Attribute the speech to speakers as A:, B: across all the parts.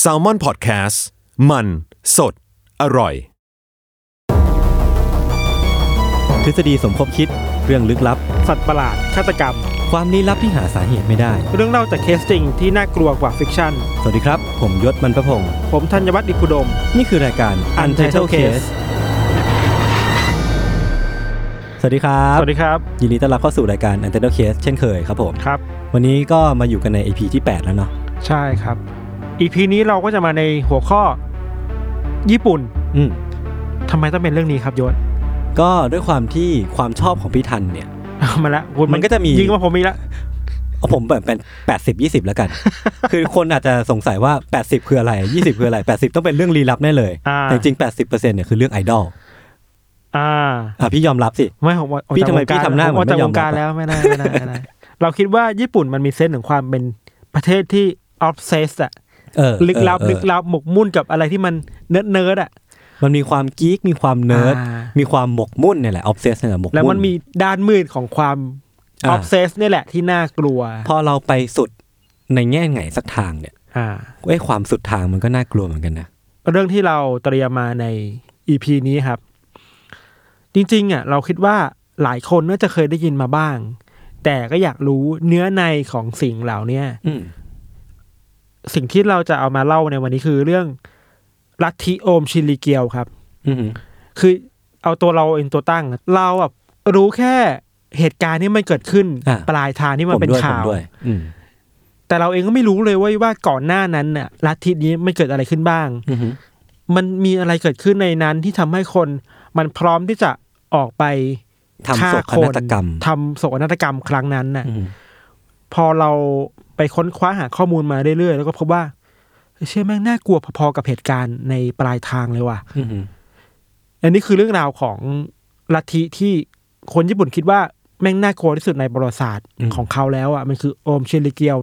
A: แซลมอนพอดแคสต์มันสดอร่อย
B: ทฤษฎีสมคบคิด เรื่องลึกลับ
C: สัตว์ประหลาด ฆาตกรรม
B: ความลี้ลับที่หาสาเหตุไม่ได้
C: เรื่องเล่าจากเคสจริงที่น่ากลัวกว่าฟิกชั่น
B: สวัสดีครับ ผมยศมันประพงศ์
C: ผมธัญวัฒน์อิพุดม
B: นี่คือรายการ Untitled Case สวัสดีครับ
C: สวัสดีครับ
B: ยินดีต้อนรับเข้าสู่รายการ Untitled Case เช่นเคยครับผม
C: ครับ
B: วันนี้ก็มาอยู่กันใน EP ที่ 8 แล้วเนาะ
C: ใช่ครับ อีพีนี้เราก็จะมาในหัวข้อ ญี่ปุ่น
B: อืม
C: ทำไมต้องเป็นเรื่องนี้ครับยศ
B: ก็ด้วยความที่ความชอบของพี่ทันเนี่ย
C: มาละ
B: มันก็จะมี
C: ยิงมาผมมีกละ
B: เอาผมแบบเป็น 80 20 แล้วกัน คือคนอาจจะสงสัยว่า 80 คืออะไร 20 คืออะไร 80 ต้องเป็นเรื่องลี้ลับแน่เลย
C: อ่า
B: แต่จริงๆ80%เนี่ยคือเรื่องไอดอล
C: อ่า
B: อ่ะพี่ยอมรับสิ
C: ไม่ผมว่าออก
B: พี่
C: จาก
B: ทำไม
C: วงกา
B: พี่
C: ร
B: ทำหน้าเหมือน
C: ออกจา
B: ไม่ยอ
C: กว
B: ม
C: งการ
B: รับอะ
C: แล้วไม่ได้ไม่ได้ไม่ได้ เราคิดว่าญี่ปุ่นมันมีเซนส์ของความเป็นประเทศที่ออฟเซสอะ
B: เออ
C: ลึกลับ
B: เออ
C: ลึกลับหมกมุ่นกับอะไรที่มันเนิร์ดเนิร์ดๆอะ
B: มันมีความกี๊กมีความเนิร์ด
C: อ่ามี
B: มีความหมกมุ่นเนี่ยแหละออฟเซสเนี่ยแหละหมกมุ่น
C: แล้วมันมีด้านมืดของความ
B: อ่า
C: ออฟเซสนี่ยแหละที่น่ากลัว
B: พอเราไปสุดในแง่ไหนสักทางเนี่ย
C: อ่า
B: เอ้ยความสุดทางมันก็น่ากลัวเหมือนกันนะ
C: เรื่องที่เราเตรียมมาใน EP นี้ครับ จริงๆอ่ะเราคิดว่าหลายคนน่าจะเคยได้ยินมาบ้าง แต่ก็อยากรู้เนื้อในของสิ่งเหล่าเนี้ย
B: อืม
C: สิ่งที่เราจะเอามาเล่าในวันนี้คือเรื่องลัทธิโอมชินริเกียวครับ
B: อืม
C: คือเอาตัวเราเองตัวตั้งอะเราแบบรู้แค่เหตุการณ์ที่มันเกิดขึ้น
B: อ่ะ
C: ปลายทางที่มัน
B: ผม
C: เป็น
B: ด้วยผ
C: ข่าม ว
B: ด้วย อืม
C: แต่เราเองก็ไม่รู้เลยเว่าว่าก่อนหน้านั้นน่ะลัทธินี้มันเกิดอะไรขึ้นบ้าง
B: อือหือ
C: มันมีอะไรเกิดขึ้นในนั้นที่ทำให้คนมันพร้อมที่จะออกไป
B: ทำโศกนาฏกรรม
C: ทำโศกนาฏกรรมครั้งนั้นน่ะ
B: อืม
C: พอเราไปค้นคว้าหาข้อมูลมาเรื่อยๆ แล้วก็พบว่าเชื่อแม่งน่ากลัวพอๆกับเหตุการณ์ในปลายทางเลยว่ะ
B: อือหือ
C: อันนี้คือเรื่องราวของลัทธิที่คนญี่ปุ่นคิดว่าแม่งน่ากลัวที่สุดในประวัติศาสตร์ของเขาแล้วอ่ะมันคือโอมเชนริเกียว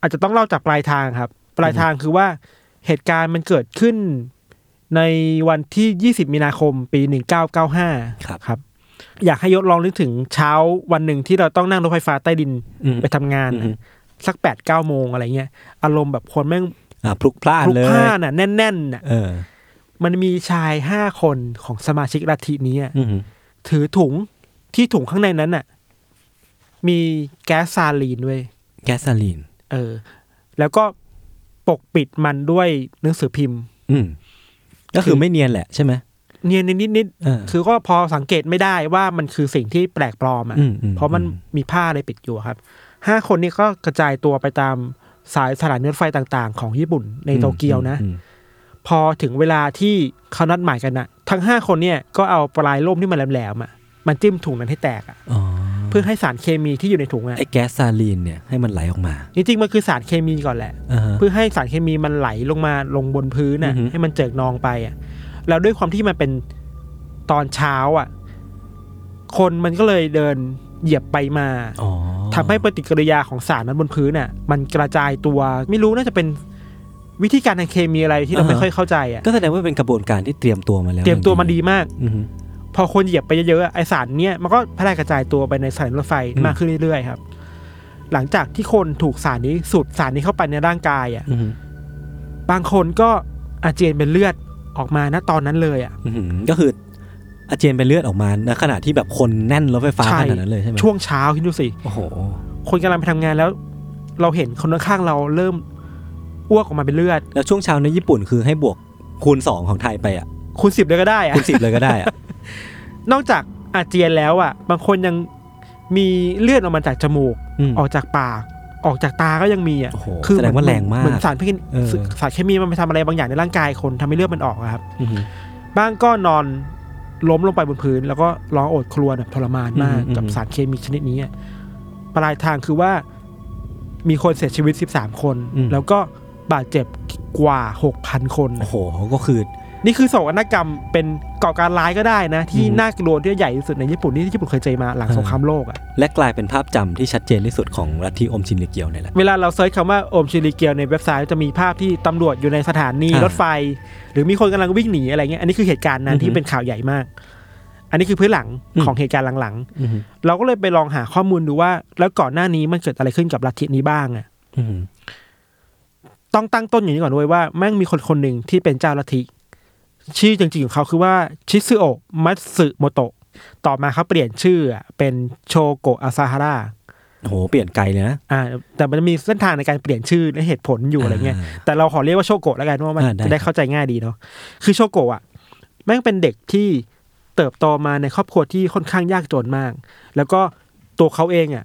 C: อาจจะต้องเล่าจากปลายทางครับ ปลายทางคือว่าเหตุการณ์มันเกิดขึ้นในวันที่ 20 มีนาคมปี 1995
B: ครับ
C: ครับ อยากให้ยศลองนึกถึงเช้าวันหนึ่งที่เราต้องนั่งรถไฟฟ้าใต้ดิน
B: อืม
C: ไปทำงานน่ะสักแปดเก้าโมงอะไรเงี้ยอารมณ์แบบคนแม่ง
B: อ่าพลุกพล่าน
C: พลุก
B: เลย
C: พล่านน่ะแน่นๆน่ะ
B: เออ
C: มันมีชายห้าคนของสมาชิกลัทธินี้อะ
B: อือหือ
C: ถือถุงที่ถุงข้างในนั้นน่ะ มีแก๊สซาลีนด้วย
B: แก๊สซาลีน
C: เออ แล้วก็ปกปิดมันด้วยหนังสือพิมพ์
B: อืมก็
C: คื
B: คือ
C: อ
B: ไม่เนียนแหละใช่ไหม
C: เนียนนิด
B: เออ
C: ๆคือก็พอสังเกตไม่ได้ว่ามันคือสิ่งที่แปลกปลอมอ่ะ
B: อืมอืม
C: เพราะมันมีผ้าอะไรปิดอยู่อะครับห้าคนนี้ก็กระจายตัวไปตามสายสถานีรถไฟต่างๆ ของญี่ปุ่นในโตเกียวนะ
B: อืม
C: พอถึงเวลาที่เขานัดหมายกันนะทั้งห้าคนเนี่ยก็เอาปลายร่มที่มันแหลมๆอ่ะมันจิ้มถุงนั้นให้แตกอ่ะ
B: อ๋อ
C: เพื่อให้สารเคมีที่อยู่ในถุงอ่ะ
B: ไอ้แก๊สซาลีนเนี่ยให้มันไหลออกมา
C: จริงๆมันคือสารเคมีก่อนแหละ
B: อ่าฮะ
C: เพื่อให้สารเคมีมันไหลลงมาลงบนพื้นน่ะ
B: อือหือ
C: ให้มันเจิกนองไปอ่ะแล้วด้วยความที่มันเป็นตอนเช้าอ่ะ คนมันก็เลยเดินเหยียบไปมา
B: อ๋อ
C: ทำให้ปฏิกิริยาของสารนั้นบนพื้นน่ะ มันกระจายตัวไม่รู้น่าจะเป็นวิธีการทางเคมีอะไรที่เราไม่ค่อยเข้าใจอ่ะ
B: ก็แสดงว่าเป็นกระบวนการที่เตรียมตัวมาแล้ว
C: เตรียมตัวมันดีมาก
B: อือหือ
C: พอคนเหยียบไปเยอะๆอะไอสารเนี่ยมันก็แพร่กระจายตัวไปในสายรถไฟ
B: อืม
C: มากขึ้นเรื่อยๆครับ หลังจากที่คนถูกสารนี้สูดสารนี้เข้าไปในร่างกายอ่ะ
B: อือหือ
C: บางคนก็อาเจียนเป็นเลือดออกมาณตอนนั้นเลยอ่ะ
B: อื้อหือก็คืออาเจียนเป็นเลือดออกมาในขณะที่แบบคนแน่นรถไฟฟ้าขนาดนั้นเลยใช่ไหม
C: ช่วงเช้าคิดดูสิ
B: โอ้โห
C: คนกำลังไปทำงานแล้ว เราเห็นคนข้างๆเราเริ่มอ้วกออกมาเป็นเลือด
B: แล้วช่วงเช้าในญี่ปุ่นคือให้บวกคูณสองของไทยไปอ่ะ
C: คูณสิบเลยก็ได้อะ
B: คูณสิบเลยก็ได้อ่ะ
C: นอกจากอาเจียนแล้วอ่ะ บางคนยังมีเลือดออกมาจากจมูก
B: อืม
C: ออกจากปาก ออกจากตาก็ยังมีอ่ะ
B: โอ้โห
C: คื
B: แสดงว่าแรงมาก
C: เหมือนสารพิษ
B: เออ
C: สารเคมีมันไปทำอะไรบางอย่างในร่างกายคนทำให้เลือดมันออกอะครับ บ้างก็นอนล้มลงไปบนพื้น แล้วก็ร้องโอดครวญแบบทรมานมาก
B: อืมอืม
C: กับสารเคมีชนิดนี้อะปลายทางคือว่ามีคนเสียชีวิต 13 คน แล้วก็บาดเจ็บกว่า 6,000 คน
B: โอ้โหก็คือ
C: นี่คือโศกนาฏกรรมเป็นก่อการร้ายก็ได้นะ ที่
B: อือฮึ
C: น่ากลัวที่ใหญ่ที่สุดในญี่ปุ่นที่ญี่ปุ่นเคยเจอมาหลัง
B: เออ
C: สงครามโลกอะ
B: และกลายเป็นภาพจำที่ชัดเจนที่สุดของลัทธิอมชินริเกียวเนี่ยแหละ
C: เวลาเราเซิร์ชคำว่าโอมชิริเกียวในเว็บไซต์จะมีภาพที่ตำรวจอยู่ในสถานี
B: อ่าร
C: ถไฟ หรือมีคนกำลังวิ่งหนีอะไรเงี้ยอันนี้คือเหตุการณ์นั้
B: อื
C: น
B: อฮึ
C: ที่เป็นข่าวใหญ่มาก อันนี้คือพื้นหลัง
B: อืม
C: ของเหตุการณ์หลัง
B: อืม
C: ๆ เราก็เลยไปลองหาข้อมูลดูว่า แล้วก่อนหน้านี้มันเกิดอะไรขึ้นกับลัทธินี้บ้างอะ
B: อืม
C: ต้องตั้งต้นอย่างนี้ก่อนด้วยว่าแม่งมีคนคนหนึ่งที่เป็นเจ้าลัทธิชื่อจริงๆของเขาคือว่าชิซึโอะมัตสึโมโตะ ต่อมาเขาเปลี่ยนชื่ออะเป็นโชโกะอาซาฮาระ
B: โอ้โหเปลี่ยนไกลเลยนะ
C: อ่า แต่มันจะมีเส้นทางในการเปลี่ยนชื่อและเหตุผลอยู่อะไรเงี้ย แต่เราขอเรียกว่าโชโกะแล้วกันเพราะว่ามัน
B: อ่าได้
C: จะได้เข้าใจง่ายดีเนาะ คือโชโกะอ่ะแม่งเป็นเด็กที่เติบโตมาในครอบครัวที่ค่อนข้างยากจนมาก แล้วก็ตัวเขาเองอ่ะ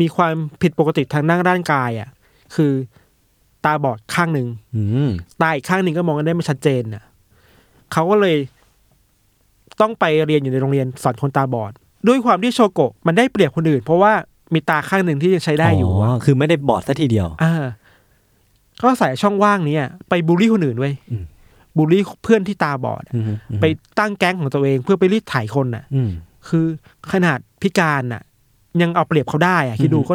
C: มีความผิดปกติทางด้านร่างกายอ่ะ คือตาบอดข้างหนึ่ง
B: อืม
C: ตาอีกข้างหนึ่งก็มองกันได้ไม่ชัดเจนน่ะเขาก็เลยต้องไปเรียนอยู่ในโรงเรียนสอนคนตาบอด ด้วยความที่โชโกะมันได้เปรียบคนอื่น เพราะว่ามีตาข้างหนึ่งที่ยังใช้ได้อยู่
B: อ๋
C: อะ
B: อคือไม่ได้บอดซะทีเดียว
C: ่าก็ใส่ช่องว่างเนี้ยไปบูลลี่คนอื่นเว้ย
B: อืม
C: บูลลี่เพื่อนที่ตาบอดอะ
B: อืม
C: ไปตั้งแก๊งของตัวเองเพื่อไปรีดไถ่คนน่ะ
B: อืม
C: คือขนาดพิการน่ะ ยังเอาเปรียบเขาได้อะคิดดู
B: อืม
C: ก็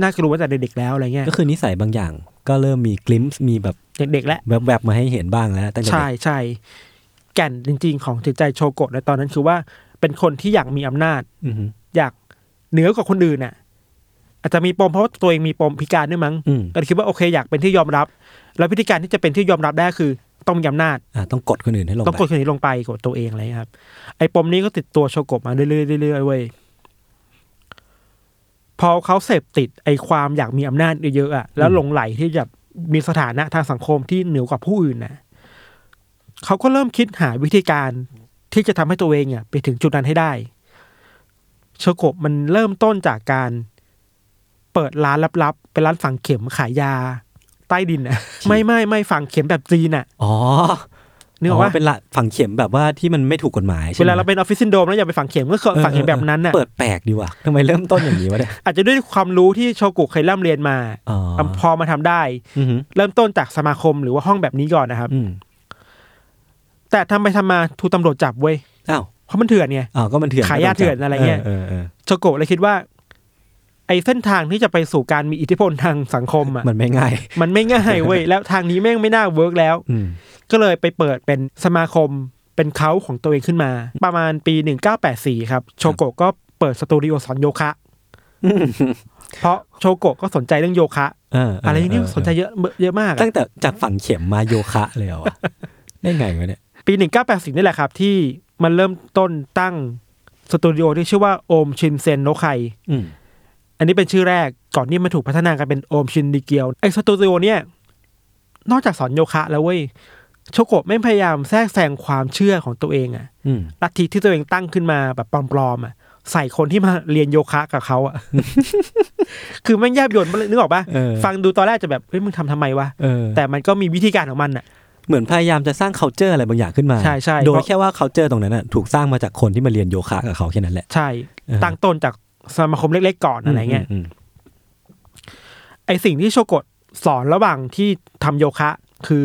C: น่ากลัวตั้งแต่เด็กๆแล้วอะไรเงี้ย
B: ก็คือนิสัยบางอย่าง ก็เริ่มมีกลิมส์มีแบบ
C: เด็กๆแล้ว
B: แวบๆมาให้เห็นบ้างแล้วตั้งแต่
C: ใช่
B: เด็ก
C: ใช่แก่นจริง ๆ ของจิตใจโชโกะในตอนนั้นคือว่าเป็นคนที่อยากมีอำนาจ
B: อืม
C: อยากเหนือกว่าคนอื่นน่ะ อาจจะมีปมเพราะว่าตัวเองมีปมพิการด้วยมั้ง
B: อืม
C: ก็เลยคิดว่าโอเคอยากเป็นที่ยอมรับ แล้ววิธีการที่จะเป็นที่ยอมรับได้คือต้องมีอำนาจ
B: อ่าต้องกดคนอื่นให้ลง
C: ต้องกด
B: ไป
C: คนอื่นลงไปกดตัวเองอะไรอย่างเงี้ยครับ ไอ้ปมนี้ก็ติดตัวโชโกะมาเรื่อยๆเรื่อยๆเว้ยพอเขาเสพติดไอ้ความอยากมีอำนาจเยอะๆอ่ะแล้วหลงไหลที่จะมีสถานะทางสังคมที่เหนือกว่าผู้อื่นนะเขาก็เริ่มคิดหาวิธีการที่จะทำให้ตัวเองอ่ะไปถึงจุดนั้นให้ได้ โชโกะมันเริ่มต้นจากการเปิดร้านลับๆเป็นร้านฝังเข็มขายยา ใต้ดินอ่ะ ไม่ไม่ไม่ฝังเข็มแบบจีนอ่ะ
B: อ๋อ
C: นึกออกปะ
B: เป็นละฝังเข็มแบบว่าที่มันไม่ถูกกฎหมายใช่
C: เว
B: ไหม
C: ลาเราเป็นออฟฟิศซินโดรมแล้วอย่าไปฝังเข็มก็คือ
B: ออ
C: ฝังเข็มแบบนั้นน่ะ
B: เปิดแปลกดีว่ะทำไมเริ่มต้นอย่างนี้วะเนี่ย
C: อาจจะด้วยความรู้ที่โชกุเคยร่ำเรียนมา
B: อ๋อ
C: พอมาทำได้
B: อืม
C: เริ่มต้นจากสมาคมหรือว่าห้องแบบนี้ก่อนนะครับ
B: อืม
C: แต่ทำไปทำมาถูกตำรวจจับเว้ย
B: อ้าว
C: เพราะมันเถื่อนไง
B: อ้าวก็มันเถื่อน
C: ขายยาเถื่อนอะไรเงี้ย
B: ออเออ
C: โชกุเลยคิดว่า ไอ้เส้นทางที่จะไปสู่การมีอิทธิพลทางสังคมอ่ะ
B: มันไม่ง่าย
C: มันไม่ง่ายเว้ยแล้วทางนี้แม่งไม่น่าเวิร์กแล้ว
B: อืม
C: ก็เลยไปเปิดเป็นสมาคมเป็นเขาของตัวเองขึ้นมา ประมาณปี 1984 ครับโชโกะก็เปิดสตูดิโอสอนโยคะ เพราะโชโกะก็สนใจเรื่องโยคะ
B: เเ
C: อะไรอย่างนี่สนใจเยอะเยอะมากอะ
B: ตั้งแต่จากฝังเข็มมาโยคะเลยเหรอ วะ ได้ไงวะเนี่ย
C: ปี 1984 นี่แหละครับ ที่มันเริ่มต้นตั้งสตูดิโอที่ชื่อว่าโอมชินเซนโนไค
B: อืม
C: อันนี้เป็นชื่อแรกก่อนที่มันถูกพัฒนากันเป็นโอมชินดิเกียวไอสตูดิโอเนี่ย นอกจากสอนโยคะแล้วเว้ยโชโกะไม่พยายามแทรกแซงความเชื่อของตัวเองอะ
B: อืม
C: ลัทธิที่ตัวเองตั้งขึ้นมาแบบปลอมๆอ่ะใส่คนที่มาเรียนโยคะกับเขา อ่ะ คือแม่งแยบยนนึกออกปะ
B: เออ
C: ฟังดูตอนแรกจะแบบเฮ้ยมึงทำทำไมวะ
B: เออ
C: แต่มันก็มีวิธีการของมันอ่ะ
B: เหมือนพยายามจะสร้าง c u เจอร์อะไรบางอย่างขึ้นมา
C: ใช่ใช่
B: โดย
C: เพราะ
B: แค่ว่า c u เจอร์ตรงนั้นน่ะถูกสร้างมาจากคนที่มาเรียนโยคะกับเขาแค่นั้นแหละ
C: ใช่
B: เออ
C: ตั้งต้นจากสมาคมเล็กๆก่อนอะไรเงี้ย
B: อืม
C: ไอสิ่งที่โชโกะสอนระหว่างที่ทำโยคะ คือ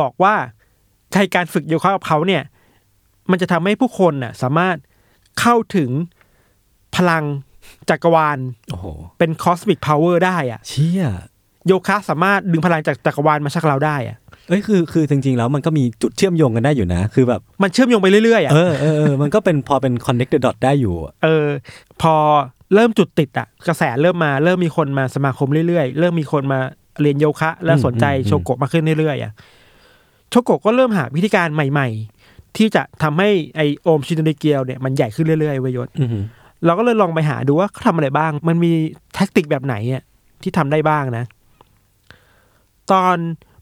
C: บอกว่าใครการฝึกโยคะกับเขาเนี่ย มันจะทำให้ผู้คนน่ะ สามารถเข้าถึงพลังจักรวาล
B: โอ้โห
C: เป็นคอสมิกพาวเวอร์ได้อ่ะ
B: เชี่ย
C: โยคะสามารถดึงพลังจากจักรวาลมาชักเราได้อะ
B: เอ้ยคือคือจริงๆแล้วมันก็มีจุดเชื่อมโยงกันได้อยู่นะ คือแบบ
C: มันเชื่อมโยงไปเรื่อยๆอะ
B: เออเออเออมันก็เป็นพอเป็น connect the dot ได้อยู่อะ
C: เออ พอเริ่มจุดติดอะกระแสเริ่มมา เริ่มมีคนมาสมาคมเรื่อยๆ เริ่มมีคนมาเรียนโยคะ และสนใจโชโกะมากขึ้นเรื่อยๆอะโชโกะก็เริ่มหาวิธีการใหม่ๆ ที่จะทำให้ไอโอมชินริเกียวเนี่ยมันใหญ่ขึ้นเรื่อยๆเวยยศ
B: อือหือ
C: เราก็เลยลองไปหาดูว่าเขาทำอะไรบ้าง มันมีแท็กติกแบบไหนอะ ที่ทำได้บ้างนะ ตอน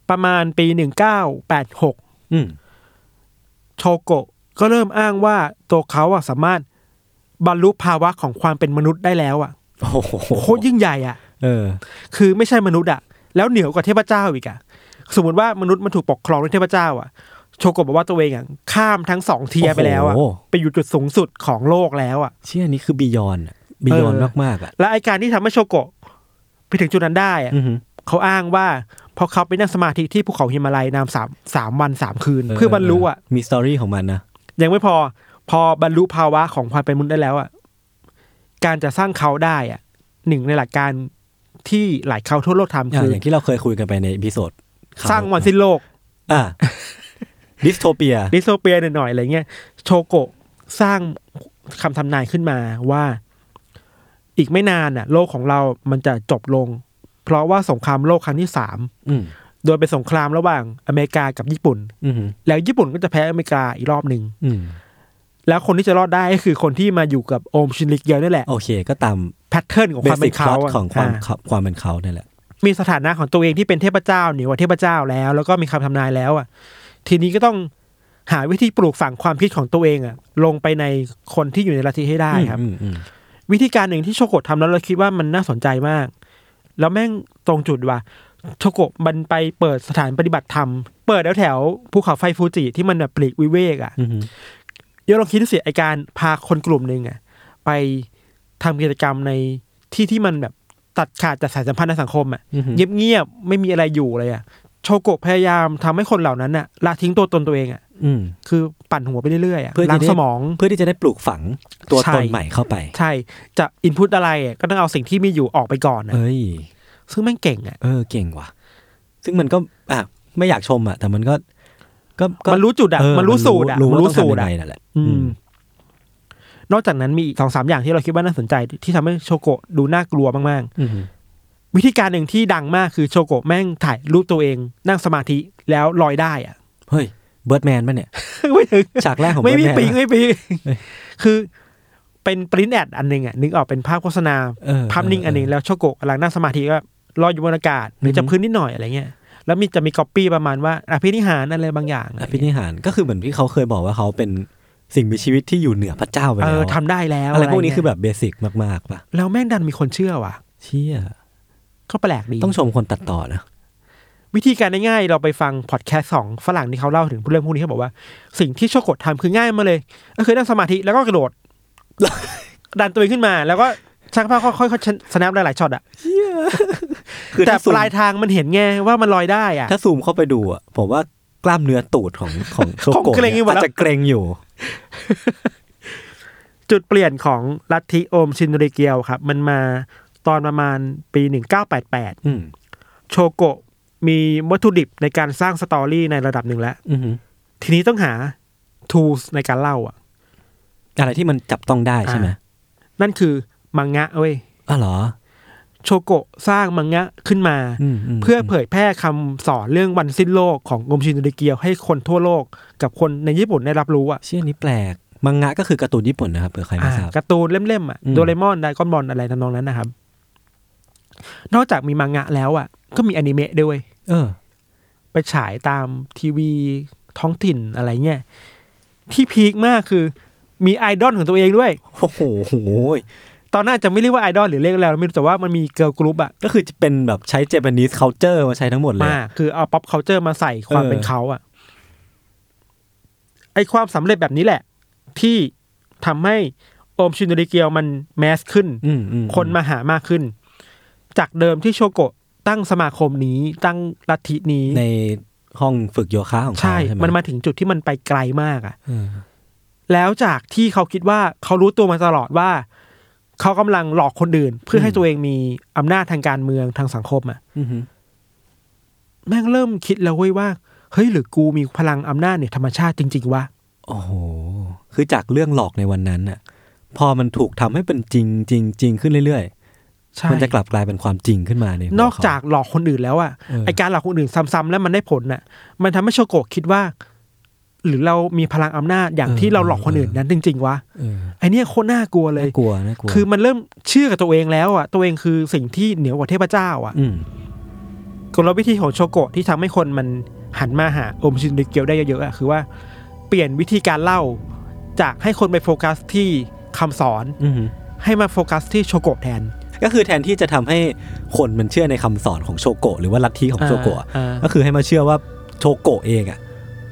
C: ประมาณปีหนึ่งเก้าแปดหก
B: อืม
C: โชโกะก็เริ่มอ้างว่าตัวเขาอะสามารถบรรลุภาวะของความเป็นมนุษย์ได้แล้วอะ
B: โอ้โห
C: โคตรยิ่งใหญ่อะ
B: เออ
C: คือไม่ใช่มนุษย์อะแล้วเหนือกว่าเทพเจ้าอีกอะสมมติว่ามนุษย์มันถูกปกครองด้วยเทพเจ้าอะโชโกะบอกว่าตัวเองอะข้ามทั้งสองเทียร์ไปแล้วอะ
B: โอ้โห
C: ไปอยู่จุดสูงสุดของโลกแล้วอะ
B: เชี่ยนี่คือบียอนบียอน
C: เออ
B: มากๆอ่ะ
C: และไอการที่ทำให้โชโกะไปถึงจุดนั้นได้อะ
B: อือหือ
C: เขาอ้างว่าเพราะเขาไปนั่งสมาธิที่ภูเขาฮิมาลัยนามสามสามวันสามคืน เพื่อบรรลุอะ
B: มีสตอรี่ของมันนะ
C: ยังไม่พอพอบรรลุภาวะของความเป็นมนุษย์ได้แล้วอ่ะการจะสร้างเขาได้อ่ะหนึ่งในหลักการที่หลายเขาทั่วโลกทำ
B: อะ
C: คือ
B: อย่างที่เราเคยคุยกันไปในพิโซด
C: สร้างวันสิ้นโลก
B: อ่ะดิสโทเปีย
C: ดิสโซเปียหน่อยๆอะไรเงี้ยโชโกะสร้างคำทำนายขึ้นมาว่า อีกไม่นานอ่ะ โลกของเรามันจะจบลง เพราะว่าสงครามโลกครั้งที่สาม
B: อืม
C: โดยเป็นสงครามระหว่างอเมริกากับญี่ปุ่น
B: อืม
C: แล้วญี่ปุ่นก็จะแพ้อเมริกาอีกรอบหนึ่ง
B: อืม
C: แล้วคนที่จะรอดได้ก็คือคนที่มาอยู่กับโอมชินริกเกียวนี่แหละ
B: โอเค ก็ตาม
C: แพทเทิร์นของ
B: เบ
C: ความ
B: สิ
C: เป็
B: ก
C: น
B: พล็
C: เขา
B: อต
C: อะ
B: ของความ
C: อ่ะ
B: ความเป็นเขาเนี่ยแหละ
C: มีสถานะของตัวเองที่เป็นเทพเจ้าเหนือกว่าเทพเจ้าแล้ว แล้วก็มีคำทำนายแล้วอ่ะ ทีนี้ก็ต้องหาวิธีปลูกฝังความคิดของตัวเองอ่ะ ลงไปในคนที่อยู่ในลัทธิให้ได้ครับ
B: อืมอืม
C: วิธีการหนึ่งที่โชโกะทำแล้วเราคิดว่ามันน่าสนใจมาก แล้วแม่งตรงจุดว่ะโชโกะมันไปเปิดสถานปฏิบัติธรรม เปิดแถวแถวๆภูเขาไฟฟูจิที่มันแบบปลีกวิเวกอ่ะ
B: อืมอืม
C: เดี๋ยวลองคิดดูสิไอการพาคนกลุ่มหนึ่งอะไปทำกิจกรรมในที่ที่มันแบบตัดขาดจากสายสัมพันธ์ในสังคมอะ
B: อืม
C: เงียบๆไม่มีอะไรอยู่เลยอะโชโกะพยายามทำให้คนเหล่านั้นอะละทิ้งตัวตนตัวเองอะ
B: อืม
C: คือปั่นหัวไปเรื่อยๆอะ
B: เพื่อจะได้
C: ล้างสมอง
B: เพื่อที่จะได้ปลูกฝังตัว
C: ใช่
B: ตนใหม่เข้าไป
C: ใช่จะอินพุตอะไรอะก็ต้องเอาสิ่งที่มีอยู่ออกไปก่อนนะ
B: เอ้ย
C: ซึ่งแม่งเก่งอะ
B: เออ เก่งว่ะ ซึ่งมันก็อ่ะไม่อยากชมอ่ะ แต่มันก็ ก็ก็
C: มันรู้จุดอะ
B: เ
C: มันรู้สูตรอะ
B: รู้
C: มัน
B: รู้
C: รู้
B: สู
C: สู
B: ต
C: ต
B: ร
C: ร
B: อะ
C: อะ
B: ไรนั่นแหละ
C: อืม นอกจากนั้นมีอีกสองสามอย่างที่เราคิดว่าน่าสนใจที่ทำให้โชโกะดูน่ากลัวมากๆ
B: อืม
C: วิธีการหนึ่งที่ดังมากคือโชโกะแม่งถ่ายรูปตัวเอง นั่งสมาธิแล้วลอยได้อะ
B: เฮ้ยเบิร์ดแมนป่ะเนี่ย
C: ไม่ถึง
B: ฉากแรกของ
C: ไม่มี
B: Birdman
C: ปิง
B: อะ
C: ไม่ปิ งคือเป็นปริ้นแอดอันหนึ่งอ่ะนึกออกเป็นภาพโฆษณา
B: เออ
C: ภาพนิ่งอันหนึ่ง
B: เออ
C: แล้วโชโกะกำลังนั่งสมาธิก็ลอยอยู่บนอากาศหรือ
B: ม
C: จะพื้นนิดหน่อยอะไรเงี้ยแล้วมีจะมีก๊อปปี้ประมาณว่าอภินิหารอะไรบางอย่าง
B: อภินิหารก็คือเหมือนที่เขาเคยบอกว่าเขาเป็นสิ่งมีชีวิตที่อยู่เหนือพระเจ้าไป
C: เอ
B: แล้ว
C: อ
B: อะ
C: ทำได้แล้ว
B: อะไรพวกนี้
C: เงี้ย
B: คือแบบเบสิกมากๆป่ะ
C: แล้วแม่งดันมีคนเชื่อว่ะ
B: เชี่ย
C: ก็แปลกดี
B: ต้องชมคนตัดต่อนะ
C: วิธีการง่ายๆเราไปฟังพอดแคสต์ของฝรั่งที่เขาเล่าถึงเรื่องพวกนี้เขาบอกว่า สิ่งที่โชโกะทำคือง่ายมาเลยก็คือนั่งสมาธิแล้วก็กระโดด ดันตัวเองขึ้นมา แล้วก็ชักผ้าค่อยๆสแนปหลายๆช็อตอ่ะ
B: คือ
C: แต่
B: ถ้าซู
C: ป
B: ม
C: ลายทางมันเห็นไงว่ามันลอยได้อ่ะ
B: ถ้าซูมเข้าไปดูอะผมว่ากล้ามเนื้อตูด ของของโช
C: ของ
B: โกะ
C: เกร็งอ
B: เนี่
C: ยู่
B: ยอาจ
C: หมดแล้ว
B: จะเกรงอยู่
C: จุดเปลี่ยนของลัทธิโอมชินริเกียวครับ มันมาตอนประมาณปี 1988
B: อืม
C: โชโกะมีวัตถุดิบในการสร้างสตอรี่ในระดับหนึ่งแล้ว
B: อือหือ
C: ทีนี้ต้องหา tools ในการเล่าอ่ะ
B: อะไรที่มันจับต้องได้ใช่ไหม
C: อ่า นั่นคือมังงะเว้ย
B: อ๋อเหรอ
C: โชโกะสร้างมังงะขึ้นมา
B: อืมม
C: เพื่อเผยแพร่คำสอนเรื่องวันสิ้นโลกของงมชินโดริเกียวให้คนทั่วโลกกับคนในญี่ปุ่นได้รับรู้อะ
B: เชี่ยนี้แปลก มังงะก็คือการ์ตูนญี่ปุ่นนะครับเผื่อใครไม่
C: อ่า
B: ทราบ
C: การ์ตูนเล่มๆอะ
B: อืม
C: โดเรมอนไดก้อนบอลอะไรทำนองนั้นนะครับ นอกจากมีมังงะแล้วอะก็มีอนิเมะด้วย
B: เออ
C: ไปฉายตามทีวีท้องถิ่นอะไรเงี้ยที่พีคมากคือ มีไอดอลของตัวเองด้วย
B: โอ้โหโหย
C: ตอนน่าจะไม่เรียกว่าไอดอลหรือเรียกอะไรไม่รู้แต่ว่ามันมีเกิร์ลกรุ๊ปอะ
B: ก็คือจะเป็นแบบใช้เจแปนิสเคาเจอร์มาใช้ทั้งหมดเลย
C: มากคือเอาป๊อปเคาเจอร์มาใส่ความ
B: เออ
C: เป็นเขาอะไอความสำเร็จแบบนี้แหละ ที่ทำให้โอมชินโดริเกียวมันแมสขึ้น
B: อืมอืม
C: คนมาหามากขึ้น จากเดิมที่โชโกะตั้งสมาคมนี้ตั้งลัทธินี้
B: ในห้องฝึกโยคะของเขา
C: ใช่
B: ใช่ไหม
C: มันมาถึงจุดที่มันไปไกลมากอะ
B: เออ
C: แล้วจากที่เขาคิดว่าเขารู้ตัวมาตลอดว่า เขากำลังหลอกคนอื่น เพื่อให้ตัวเองมีอำนาจทางการเมืองทางสังคมอะ
B: อือหือ
C: แม่งเริ่มคิดแล้วเว้ยว่าเฮ้ยหรือกูมีพลังอำนาจเหนี่ยธรรมชาติจริง ๆวะ
B: โอ้โห คือจากเรื่องหลอกในวันนั้นน่ะ พอมันถูกทำให้เป็นจริงจริงจริงขึ้นเรื่อย
C: ใช่
B: ๆ มันจะกลับกลายเป็นความจริงขึ้นมาในหัวเข
C: นอกจากหลอกคนอื่นแล้วอะ
B: เออ
C: ไอการหลอกคนอื่นซ้ำๆแล้วมันได้ผลน่ะ มันทำให้โชโกะคิดว่า หรือเรามีพลังอำนาจอย่าง
B: เออ
C: ที่เราหลอกคนอื่นนั้นจริง ๆวะ
B: เออ
C: ไอเนี้ยโคตรน่ากลัวเลย
B: น่ากลัวน่ากลัว
C: คือมันเริ่มเชื่อกับตัวเองแล้วอ่ะตัวเองคือสิ่งที่เหนือกว่าเทพเจ้าอ่ะ
B: อืม
C: กลวิธีของโชโกะที่ทำให้คนมันหันมาหาโอมชินริเกียวได้เยอะๆอะคือว่าเปลี่ยนวิธีการเล่า จากให้คนไปโฟกัสที่คำสอน
B: อือหือ
C: ให้มาโฟกัสที่โชโกะแทน
B: ก็คือแทนที่จะทำให้คนมันเชื่อในคำสอนของโชโกะหรือว่าลัทธิของโชโกะ
C: อ่าอ่า
B: ก็คือให้มาเชื่อว่าโชโกะเองอ่ะ